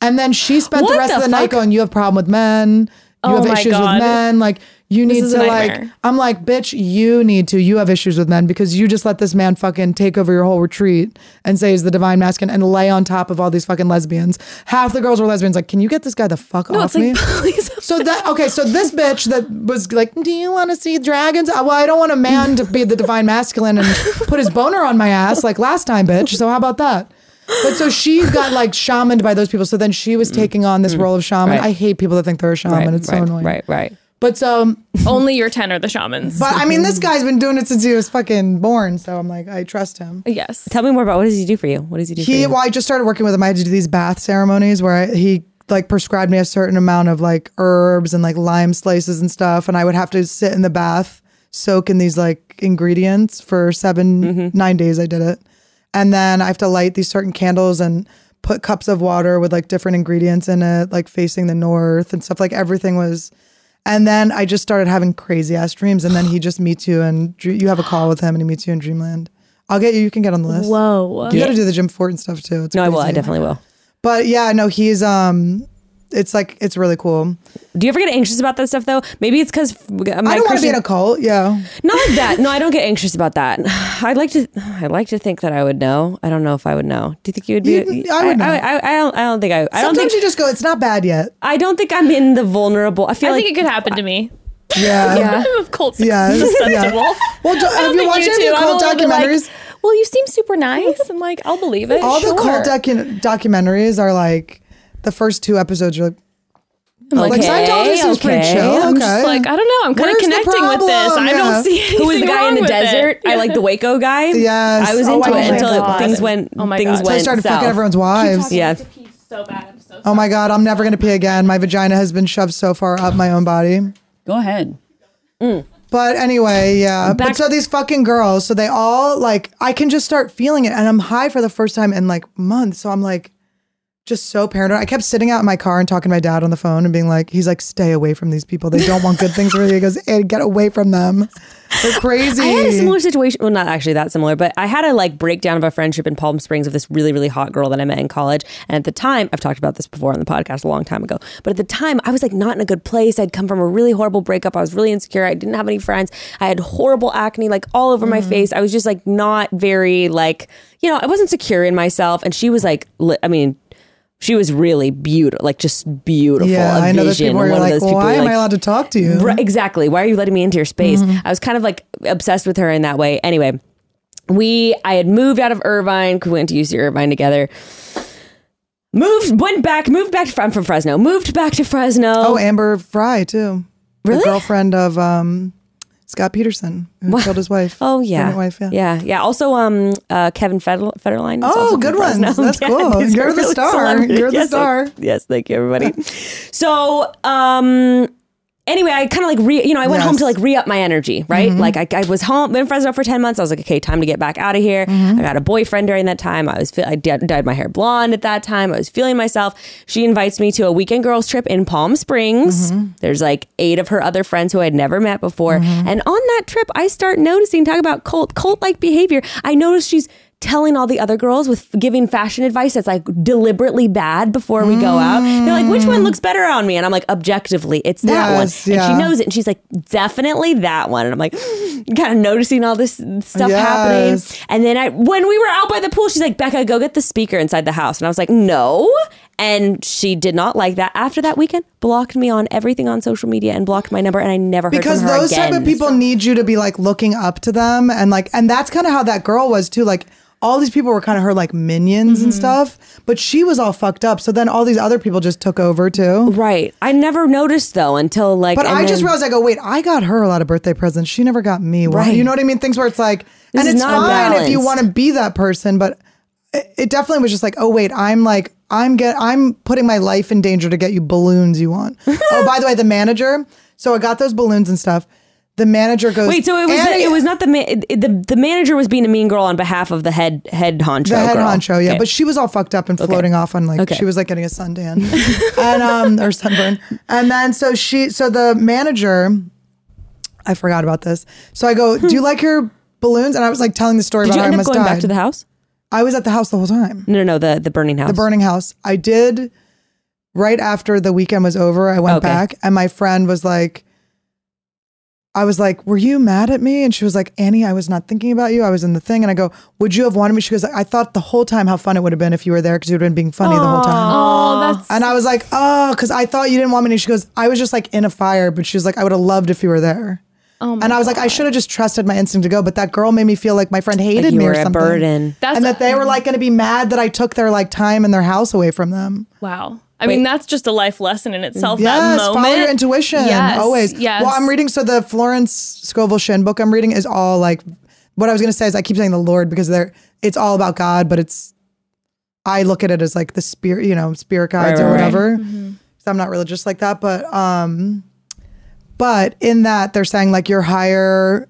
And then she spent What the rest the of the night fuck? going, you have problem with men. You Oh have my issues God. with men. Like, you need is a to like nightmare. I'm like, bitch, you need to. You have issues with men because you just let this man fucking take over your whole retreat and say he's the divine masculine and lay on top of all these fucking lesbians. Half the girls were lesbians. Like, can you get this guy the fuck No, it's off like, [LAUGHS] me? [LAUGHS] [LAUGHS] please. so that okay, so this bitch that was like, do you want to see dragons? Uh, Well, I don't want a man to be the divine masculine and put his boner on my ass like last time, bitch. So how about that? But so she got like shamaned by those people. So then she was taking on this role of shaman. Mm. Right. I hate people that think they're a shaman. right, Oh, it's right, so annoying. Right, right. But um, so Only your ten are the shamans. but I mean, this guy's been doing it since he was fucking born, so I'm like, I trust him. yes. Tell me more about what does he do for you? What does he do He, for you? well, I just started working with him. I had to do these bath ceremonies where I, he like prescribed me a certain amount of like herbs and like lime slices and stuff, and I would have to sit in the bath, soak in these like ingredients for 7 nine days. I did it, and then I have to light these certain candles and put cups of water with like different ingredients in it, like facing the north and stuff. Like everything was. And then I just started having crazy ass dreams. And then he just meets you and dr- you have a call with him and he meets you in dreamland. I'll get you. You can get on the list. Whoa. You got to do the Jim Fort and stuff too. It's no, I will. I crazy. definitely will. But yeah, no, he's um it's like it's really cool. Do you ever get anxious about that stuff though? Maybe it's because I don't want to be in a cult. Yeah, [LAUGHS] Not like that. No, I don't get anxious about that. [SIGHS] I'd like to. I'd like to think that I would know. I don't know if I would know. Do you think you would be? You- I would know. I, I, I don't. I don't think I. I don't sometimes think. you just go. It's not bad yet. I don't think I'm in the vulnerable. I feel I like think it could happen to me. Yeah, yeah. [LAUGHS] I'm of cult Yeah, susceptible. yeah. Well, I do- don't have you think watched any do. I'm cult a little bit like, documentaries? well, you seem super nice, and like I'll believe it. All the sure. cult docu- documentaries are like the first two episodes. You're like, like, like Scientology seems pretty chill. Okay, I'm just like I don't know. I'm kind of Where's the connecting with this. problem? I Yeah. don't see [LAUGHS] anything Who was the guy wrong in the with it. desert? I Yeah. [LAUGHS] like the Waco guy. Yes. I was Oh, into I it know until that it, God. things went. Oh my God. things So I so I went started fucking south. everyone's wives. Yeah. so bad. I'm so Oh my god, I'm never gonna pee again. My vagina has been shoved so far up my own body. Go ahead. But anyway, yeah. Back- but so these fucking girls, so they all like, I can just start feeling it, and I'm high for the first time in like months. So I'm like, just so paranoid. I kept sitting out in my car and talking to my dad on the phone and being like, he's like, stay away from these people. They don't want good things for you. He goes, Ed, get away from them. They're crazy. I had a similar situation. Well, not actually that similar, but I had a like breakdown of a friendship in Palm Springs of this really, really hot girl that I met in college. And at the time, I've talked about this before on the podcast a long time ago, but at the time, I was like not in a good place. I'd come from a really horrible breakup. I was really insecure. I didn't have any friends. I had horrible acne like all over Mm. my face. I was just like not very, like, you know, I wasn't secure in myself. And she was like, li- I mean, she was really beautiful, like just beautiful. yeah, a I know there's vision, people where one you're of like, those people why you're am like, I allowed to talk to you? Right, exactly. Why are you letting me into your space? Mm-hmm. I was kind of like obsessed with her in that way. Anyway, we I had moved out of Irvine. We went to UC Irvine together. Moved, went back, moved back. To, I'm from Fresno. Moved back to Fresno. Oh, Amber Fry too. Really? The girlfriend of um, Scott Peterson, who killed his wife. Oh, yeah, Pregnant wife, yeah. yeah, yeah. Also, um, uh, Kevin Feder- Federline. is Oh, also from good ones. Fresno. [LAUGHS] That's cool. these You're are the star. celebrities. You're the Yes, star. yes, thank you, [LAUGHS] everybody. so, um, anyway, I kind of like re, you know, I went home Yes. to like re up my energy, right? Like I, I was home been in Fresno for ten months. I was like, okay, time to get back out of here. I got a boyfriend during that time. I was fe- I dyed dyed my hair blonde at that time. I was feeling myself. She invites me to a weekend girls trip in Palm Springs. There's like eight of her other friends who I'd never met before, and on that trip, I start noticing talk about cult cult like behavior. I notice she's. Telling all the other girls with giving fashion advice that's like deliberately bad before we go out. They're like, which one looks better on me? And I'm like, objectively, it's that Yes, one. And yeah. she knows it. And she's like, definitely that one. And I'm like, [GASPS] kind of noticing all this stuff Yes. happening. And then I, when we were out by the pool, she's like, Becca, go get the speaker inside the house. And I was like, no. And she did not like that. After that weekend, blocked me on everything on social media and blocked my number. And I never heard because from her those again. type of people need you to be like looking up to them and like and that's kind of how that girl was too like all these people were kind of her like minions Mm-hmm. and stuff but she was all fucked up so then all these other people just took over too Right. I never noticed though until like. but and i just then- realized i go wait i got her a lot of birthday presents she never got me one Right. you know what i mean things where it's like is and it's not fine if you balanced. want to be that person but it, it definitely was just like oh wait i'm like i'm get i'm putting my life in danger to get you balloons [LAUGHS] you want oh by the way the manager so i got those balloons and stuff the manager goes Wait, so it was "Annie, the, it was not the, ma- it- the the manager was being a mean girl on behalf of the head head honcho. the head Oh, girl. honcho, yeah. Okay. But she was all fucked up and floating off on like Okay. she was like getting [LAUGHS] a suntan and um or sunburn. And then so she so the manager, I forgot about this. So I [LAUGHS] go, do you like your balloons? And I was like telling the story did about you how end I up almost going died. back to the house? I was at the house the whole time. No, no, the the burning house. The burning house. I did right after the weekend was over. I went Okay. back and my friend was like, I was like, were you mad at me? And she was like, Annie, I was not thinking about you. I was in the thing. And I go, would you have wanted me? She goes, I thought the whole time how fun it would have been if you were there because you would have been being funny the whole time. Oh, that's And I was like, oh, because I thought you didn't want me. And she goes, I was just like in a fire, but she was like, I would have loved if you were there. oh my and I was like, I should have just trusted my instinct to go, but that girl made me feel like my friend hated Like you me were or a something. burden. That's- and that they were like going to be mad that I took their like time and their house away from them. wow. I mean, that's just a life lesson in itself. that Yes, follow moment. your intuition. Yes, always. yes. Well, I'm reading. So the Florence Scovel Shin book I'm reading is all like what I was going to say is I keep saying the Lord because they're it's all about God, but it's I look at it as like the spirit, you know, spirit guides Right, right, or right. whatever. Mm-hmm. So I'm not religious like that, but um, but in that they're saying like your higher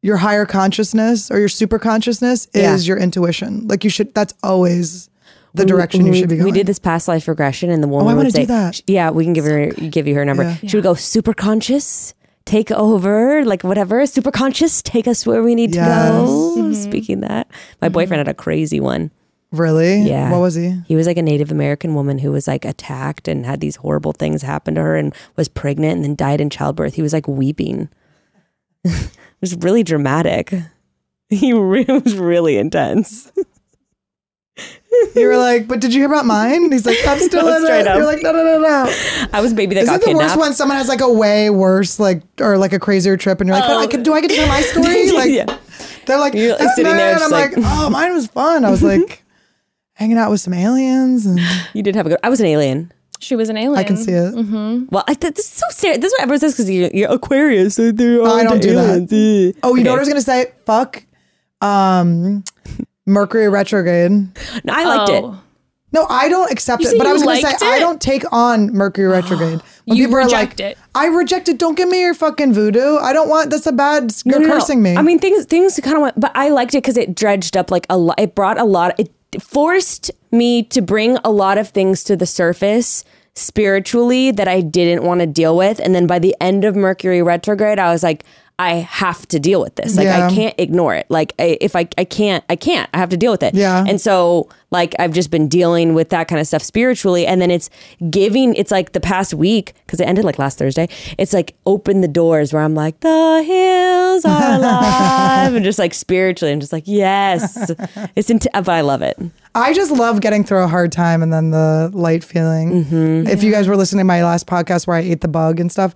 your higher consciousness or your super consciousness Yeah. is your intuition. Like you should. That's always the direction you should be going. Oh, We did this past life regression, and the woman I wanna would say, do that. "Yeah, we can give her give you her number." Yeah. She would go super conscious, take over, like whatever. Super conscious, take us where we need Mm-hmm. Yes. Mm-hmm. to go. Speaking of that, my boyfriend had a crazy one. Really? Yeah. What was he? He was like a Native American woman who was like attacked and had these horrible things happen to her and was pregnant and then died in childbirth. He was like weeping. [LAUGHS] it was really dramatic. [LAUGHS] He re- [LAUGHS] it was really intense. You were like, but did you hear about mine? He's like, [LAUGHS] I'm still No, in straight it. up. You're like, no, no, no, no. I was a baby that Isn't got it the kidnapped. worst when someone has like a way worse, like, or like a crazier trip and you're like, but I could, do I get to tell [LAUGHS] my story? Like, Oh. yeah. they're like, You're, like, that's sitting mine. there I'm just like, like- oh, mine was [LAUGHS] fun. I was like, hanging out with some aliens and You did have a good. I was an alien. She was an alien. I can see it. Mm-hmm. Well, I, th- this is so serious. This is what everyone says because you're, you're Aquarius. So they're all I don't into do that. aliens. Eh. Oh, you Okay. know what I was gonna say? Fuck, um, Mercury retrograde. No, I liked it. Oh. No, I don't accept said it. But I you was gonna say liked I it? don't take [SIGHS] on Mercury retrograde. When You people are like, reject it. I reject it. Don't give me your fucking voodoo. I don't want. That's a bad. No, You're no, no. cursing me. I mean, things things kind of went, but I liked it because it dredged up like a lot. It brought a lot. It forced me to bring a lot of things to the surface spiritually that I didn't want to deal with. And then by the end of Mercury retrograde, I was like, I have to deal with this. Like Yeah. I can't ignore it. Like I, if I I can't I can't. I have to deal with it. Yeah. And so like I've just been dealing with that kind of stuff spiritually and then it's giving it's like the past week cuz it ended like last Thursday. It's like open the doors where I'm like the hills are alive and just like spiritually I'm just like yes. It's int- but I love it. I just love getting through a hard time and then the light feeling. Mm-hmm. If you guys were listening to my last podcast where I ate the bug and stuff,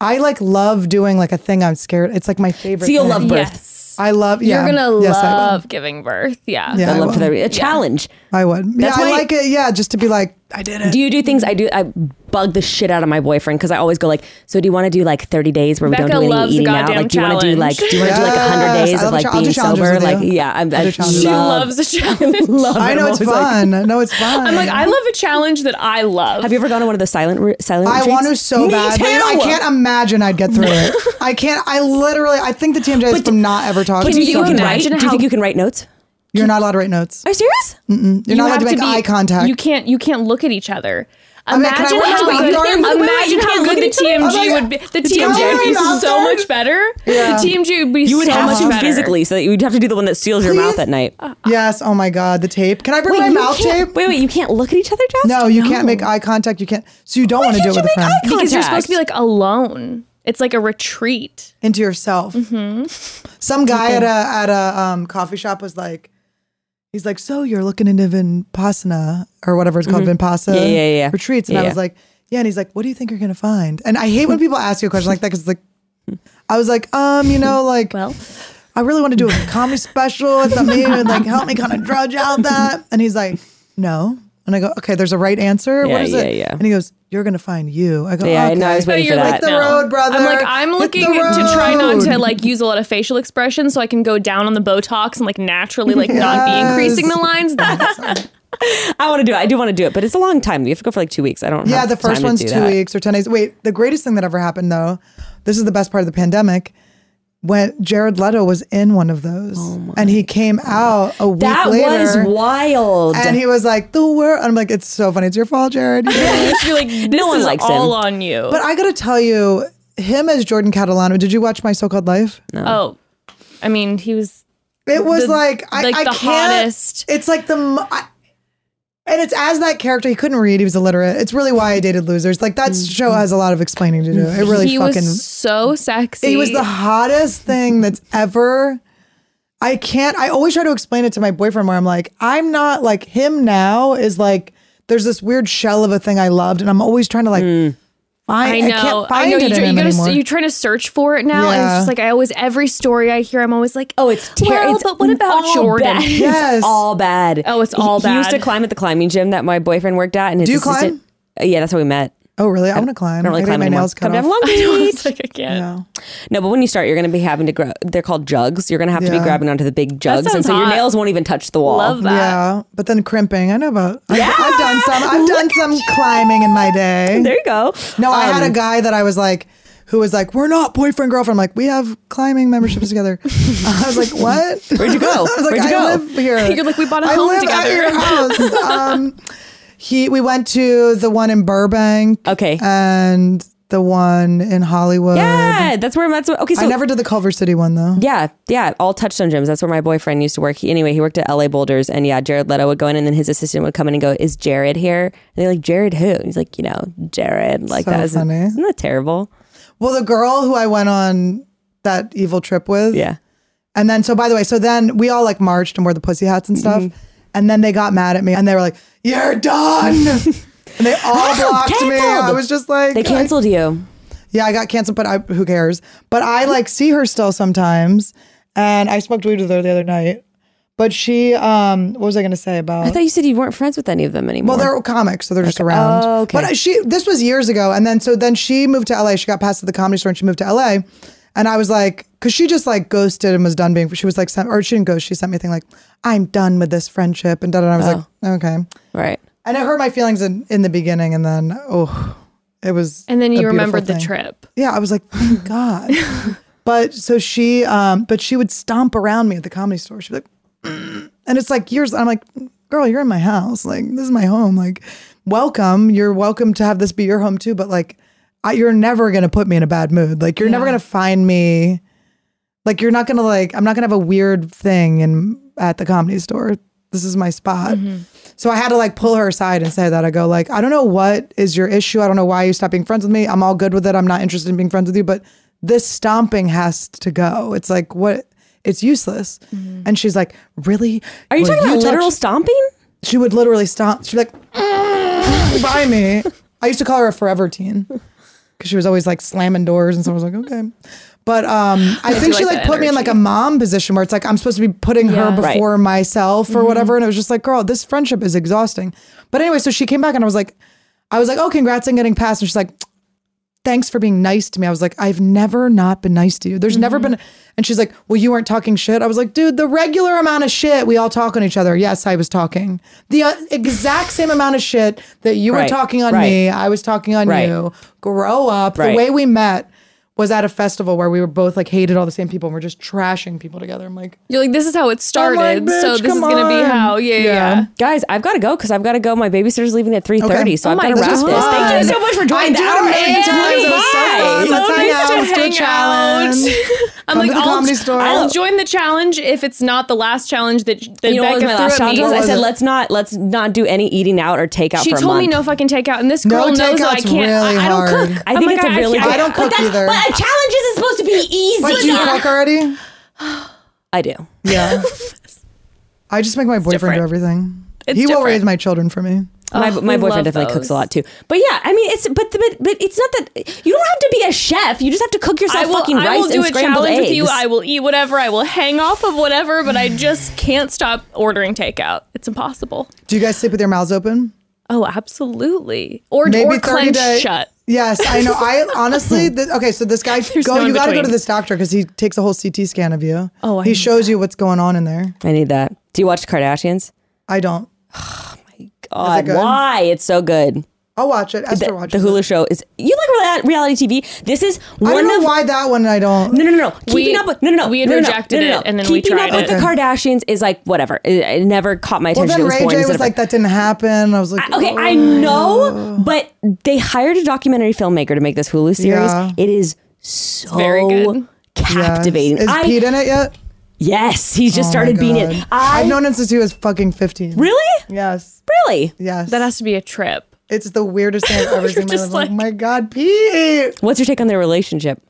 I like love doing like a thing I'm scared. It's like my favorite. So you'll thing. love birth. Yes. I love. Yeah, You're gonna Yes, I will. love giving birth. Yeah. Yeah. I I love for will. the a challenge. I would. That's yeah, I why- like it. Yeah, just to be like, I did it. Do you do things I do I bug the shit out of my boyfriend cuz I always go like so do you want to do like 30 days where we Becca don't do loves any a eating out goddamn like do you want to do like challenge. do you want to do like 100 Yes, days I of love like chal- I'll being do challenges sober with like you. yeah I'm, I'll I do challenges. She She love- loves a [LAUGHS] challenge. love I it. know I'm it's always like, fun. [LAUGHS] no, it's fun. I'm like, I love a challenge that I love. Have you ever gone to one of the silent re- silent? I retreats? want to so Me bad. Too. I can't imagine I'd get through it. [LAUGHS] I can't. I literally. I think the TMJ is from not ever do talking. to you think you someone. can write? imagine Do you how- think you can write notes? You're not allowed to write notes. Are you serious? You're not allowed to have make eye contact. You can't. You can't look at each other. mean, can I Imagine watch how my good. arm? Imagine You how can't good look the at each other? TMG Oh my would be. The God. Yeah, TMJ would be I'm so awkward. much better. Yeah. The TMG would be You would so have much to better. physically, so that you'd have to do the one that seals your mouth at night. yes. Oh my god. The tape. Can I bring my you mouth can't- tape? uh, Wait, wait, you can't look at each other, Jess. No, you can't make eye contact. You can't. So you don't want to do it can't with you a friend. make eye Because you're Contact. supposed to be like alone. It's like a retreat. Into yourself. Mm-hmm. Some guy at a at a um, coffee shop was like, he's like, so you're looking into Vipassana or whatever it's called, Vipassana Mm-hmm. Yeah, yeah, yeah. retreats, and Yeah, I yeah. was like, yeah, and he's like, what do you think you're gonna find? And I hate when people ask you a question like that because it's like. [LAUGHS] I was like, um, you know, like, Well, I really want to do a comedy special. I thought maybe it would like help me kind of drudge out that. And he's like, no. And I go, okay, there's a right answer. Yeah, what is it? yeah, yeah. And he goes, you're gonna find you. I go, Yeah, I okay. know, I was waiting you're for like that. the no. road, brother. I'm like I'm Hit the looking to try not to road. like use a lot of facial expression so I can go down on the Botox and like naturally like not be Yes. increasing the lines. I want to do it. I do want to do it, but it's a long time. You have to go for like two weeks. I don't. yeah, have the time first to one's do two that. weeks or ten days. Wait, the greatest thing that ever happened though, this is the best part of the pandemic. When Jared Leto was in one of those, and he came out a week That later, was wild. and he was like, "The world." I'm like, "It's so funny. It's your fault, [LAUGHS] Jared." You You're like this one is likes him. all on you. But I gotta tell you, him as Jordan Catalano. Did you watch My So Called Life? oh, I mean he was It was The- like I, like I the can't. hottest. It's like the. mo- I, and it's as that character, he couldn't read. He was illiterate. It's really why I dated losers. Like that show has a lot of explaining to do. It Mm-hmm. really he fucking. was so sexy. he was the hottest thing that's ever. I can't. I always try to explain it to my boyfriend where I'm like, I'm not like him now is like. There's this weird shell of a thing I loved, and I'm always trying to like. Mm. Find, I I, know. can't I, find know. it You, in try- you him anymore. gotta, you're trying to search for it now, and it's Yeah. just like I always every story I hear, I'm always like, Oh, it's well, terrible. it's but what about all Jordan? [LAUGHS] Bad. [LAUGHS] Yes. It's all bad. Oh, it's He- all He used to bad. climb at the climbing gym that my boyfriend worked at, and his Do you assistant- climb? Uh, Yeah, that's how we met. Oh, really? I want to climb. I don't really gotta get climb my anymore. nails cut Come down off. Long [LAUGHS] I know. Beach. It's like I can't. Yeah. No, but when you start, you're going to be having to grab. They're called jugs. You're going to have to be Yeah. grabbing onto the big jugs, and sounds so your hot. nails won't even touch the wall. Love that. Yeah, but then crimping. I know about. I've, I've done some. I've done some climbing in my day. There Um, you go. no, I had a guy that I was like, who was like, "We're not boyfriend girlfriend." I'm like, "We have climbing memberships [LAUGHS] together." I was like, "What? Where'd you go? I was like, [LAUGHS] Where'd you "I go?" [LAUGHS] live here." You're like, "We bought a I home live together." At your house. um, he. We went to the one in Burbank. Okay. and the one in Hollywood. Yeah, that's where that's okay. So um, I never did the Culver City one though. Yeah, yeah, all touchstone gyms. That's where my boyfriend used to work. He, anyway, he worked at LA Boulders, and yeah, Jared Leto would go in, and then his assistant would come in and go, "Is Jared here?" And they're like, "Jared who?" And he's like, "You know, Jared." Like So that. Isn't, funny. isn't that terrible? Well, the girl who I went on that evil trip with. Yeah. And then, so by the way, so then we all like marched and wore the pussy hats and stuff. Mm-hmm. And then they got mad at me and they were like, [LAUGHS] you're done. and they all blocked me. I canceled. was just like, They canceled you. yeah, I got canceled, but I, who cares? But I like see her still sometimes. And I smoked weed with her the other night. But she, um, what was I going to say about? I thought you said you weren't friends with any of them anymore. Well, they're comics, so they're just around. Oh, okay. But uh, she, this was years ago, and then so then she moved to LA. She got passed at the comedy store, and she moved to LA. And I was like, because she just like ghosted and was done being. She was like, sent, or she didn't ghost. She sent me a thing like, "I'm done with this friendship," and da da. da. I was Oh. like, okay. right. And it hurt my feelings in, in the beginning, and then oh, it was. And then a you beautiful remembered the thing. trip. Yeah, I was like, thank God. But so she, um, but she would stomp around me at the comedy store. She'd be like, [CLEARS THROAT] and it's like years. I'm like, girl, you're in my house. Like this is my home. Like, welcome. You're welcome to have this be your home too. But like, I, you're never gonna put me in a bad mood. Like you're never gonna find me. Like you're not gonna like. I'm not gonna have a weird thing in at the comedy store. This is my spot. Mm-hmm. So I had to like pull her aside and say that. I go like, I don't know what is your issue. I don't know why you stopped being friends with me. I'm all good with it. I'm not interested in being friends with you, but this stomping has to go. It's like what it's useless. And she's like, really? Mm-hmm. Are you Will talking about touch-" literal stomping? She would literally stomp. She'd be like, by [LAUGHS] me. I used to call her a forever teen because she was always like slamming doors, and someone was like, okay. But um, [LAUGHS] I think she like like that put me in like a mom position where it's like I'm supposed to be putting her Yeah. Mm-hmm. before myself or whatever, and it was just like, girl, this friendship is exhausting. But anyway, so she came back and I was like, I was like, oh, congrats on getting past, and she's like, thanks for being nice to me. I was like, I've never not been nice to you. There's never Mm-hmm. been. And she's like, well, you weren't talking shit. I was like, dude, the regular amount of shit we all talk on each other. Yes, I was talking the uh, exact same amount of shit that you were Right, talking on right. me. I was talking on Right. you. Grow up. The Right. way we met was at a festival where we were both like hated all the same people and we're just trashing people together. I'm like, You're like, this is how it started. so "Bitch, this is come gonna be on." how. Yeah, yeah. yeah. Guys, I've got to go because I've got to go. My babysitter's leaving at three thirty, so Oh I've my got to God. wrap This this. was Thank fun. you so much for joining. the I did it eight times. It was so Bye. fun. Let's hang nice out. to Let's do a hang [LAUGHS] challenge. out. I'm Come like, to the I'll, comedy store. I'll join the challenge if it's not the last challenge that, that You know what Becca was my threw last at challenge? me. was? I was said it? let's not let's not do any eating out or takeout. she for a told me month. no fucking takeout, and this No, girl knows that I takeout's can't. really I, I don't hard. cook. I Oh think my it's God, a really. can't. I don't cook but that's- either. But a challenge isn't supposed to be easy. but do you cook already? I do. Yeah. I just make my boyfriend do different. everything. It's he will different. raise my children for me. My, Ugh, Oh, my we love boyfriend definitely cooks those. a lot too. But yeah, I mean, it's but, but but it's not that you don't have to be a chef. You just have to cook yourself I will, fucking I rice will do and a scrambled challenge eggs. with you. I will eat whatever. I will hang off of whatever, but I just can't stop ordering takeout. It's impossible. Do you guys sleep with your mouths open? Oh, absolutely. Or Maybe or 30 clenched day. shut. Yes, I know. I [LAUGHS] honestly, th- okay. So this guy, go. no in you got to go between. to this doctor because he takes a whole CT scan of you. Oh, I he need shows you what's going on in there. I need that. Do you watch Kardashians? I don't. God, good? why it's so good? I'll watch it. The, Esther the watches. Hulu show is you like rea- reality TV. This is it. I one don't know of why that one I don't. No, no, no, no. Keeping We- up with no, no, no. we had no, no, no, rejected no, no, no. it, and then we keeping tried up with it. the Kardashians is like whatever. It, it never caught my well, attention. then it was Ray boring. J instead was of- like, that didn't happen. I was like, "Oh Okay, I know, but they hired a documentary filmmaker to make this Hulu series. Yeah. It is so very good. captivating. Is I- Pete in it yet? yes, he's just Oh started my being it. God. I I've known him since he was fucking fifteen. really, Yes. really. Yes. That has to be a trip. it's the weirdest thing I've [LAUGHS] ever seen. in my just life. Like, like- my God, Pete. What's your take on their relationship?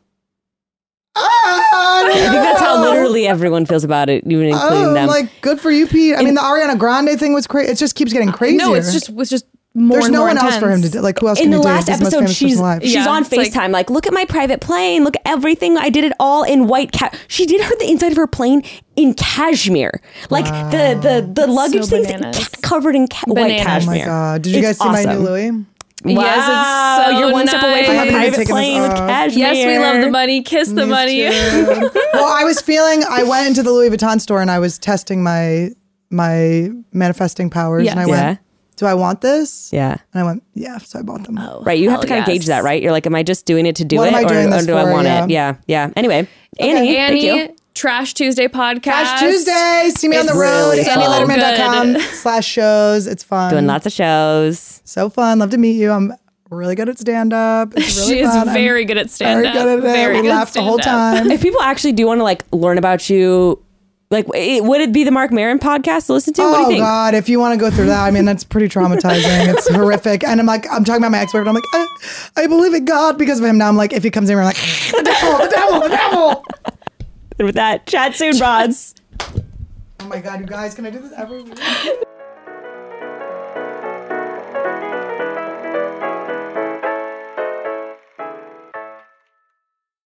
Ah, I [LAUGHS] don't I think know. that's [LAUGHS] how literally everyone feels about it, even including Oh, them. like good for you, Pete. I mean, the Ariana Grande thing was crazy. It just keeps getting crazier. Uh, No, it's just it's just more. There's and no more one else for him to intense. do. Like who else in can the he do? last He's the most episode, famous person she's alive. she's Yeah, on it's like- Facetime. Like, look at my private plane. Look everything I did it all in white cat. She did her the inside of her plane in cashmere. Like the the the luggage things bananas. ca- covered in ca- white Bananas. Oh my cashmere. god! Did you It's guys see my awesome. new Louis? Wow, Yes, it's so you're one step away from nice. a I haven't private taken plane this with off. cashmere. Yes, we love the money. Kiss the These money. two. well, I was feeling. I went into the Louis Vuitton store and I was testing my my manifesting powers, and I Yes. went, Yeah. "Do I want this?" Yeah. And I went, "Yeah." So I bought them. Right, you have Hell to kind of yes. gauge that, right? You're like, am I just doing it to do What it, am I or, doing or this do I for? want Yeah. it? Yeah. Yeah. Anyway, Annie, thank Annie, you. Trash Tuesday podcast. Trash Tuesday. See me on the It's road. really It's AndyLetterman.com good. slash shows. It's fun. Doing lots of shows. So fun. Love to meet you. I'm really good at stand up. [LAUGHS] she is very good at stand very up. good at it. Very we good at laughed the whole stand-up. [LAUGHS] time. If people actually do want to like learn about you, like it, would it be the Mark Marin podcast to listen to? what do you Oh think? God! If you want to go through that, I mean, that's pretty traumatizing. [LAUGHS] it's horrific, and I'm like, I'm talking about my ex-boyfriend. I'm like, I, I believe in God because of him. Now I'm like, if he comes in, we're like, [LAUGHS] the devil, the devil, the devil. [LAUGHS] And with that, chat soon, Rods. Oh my God, you guys, can I do this every week?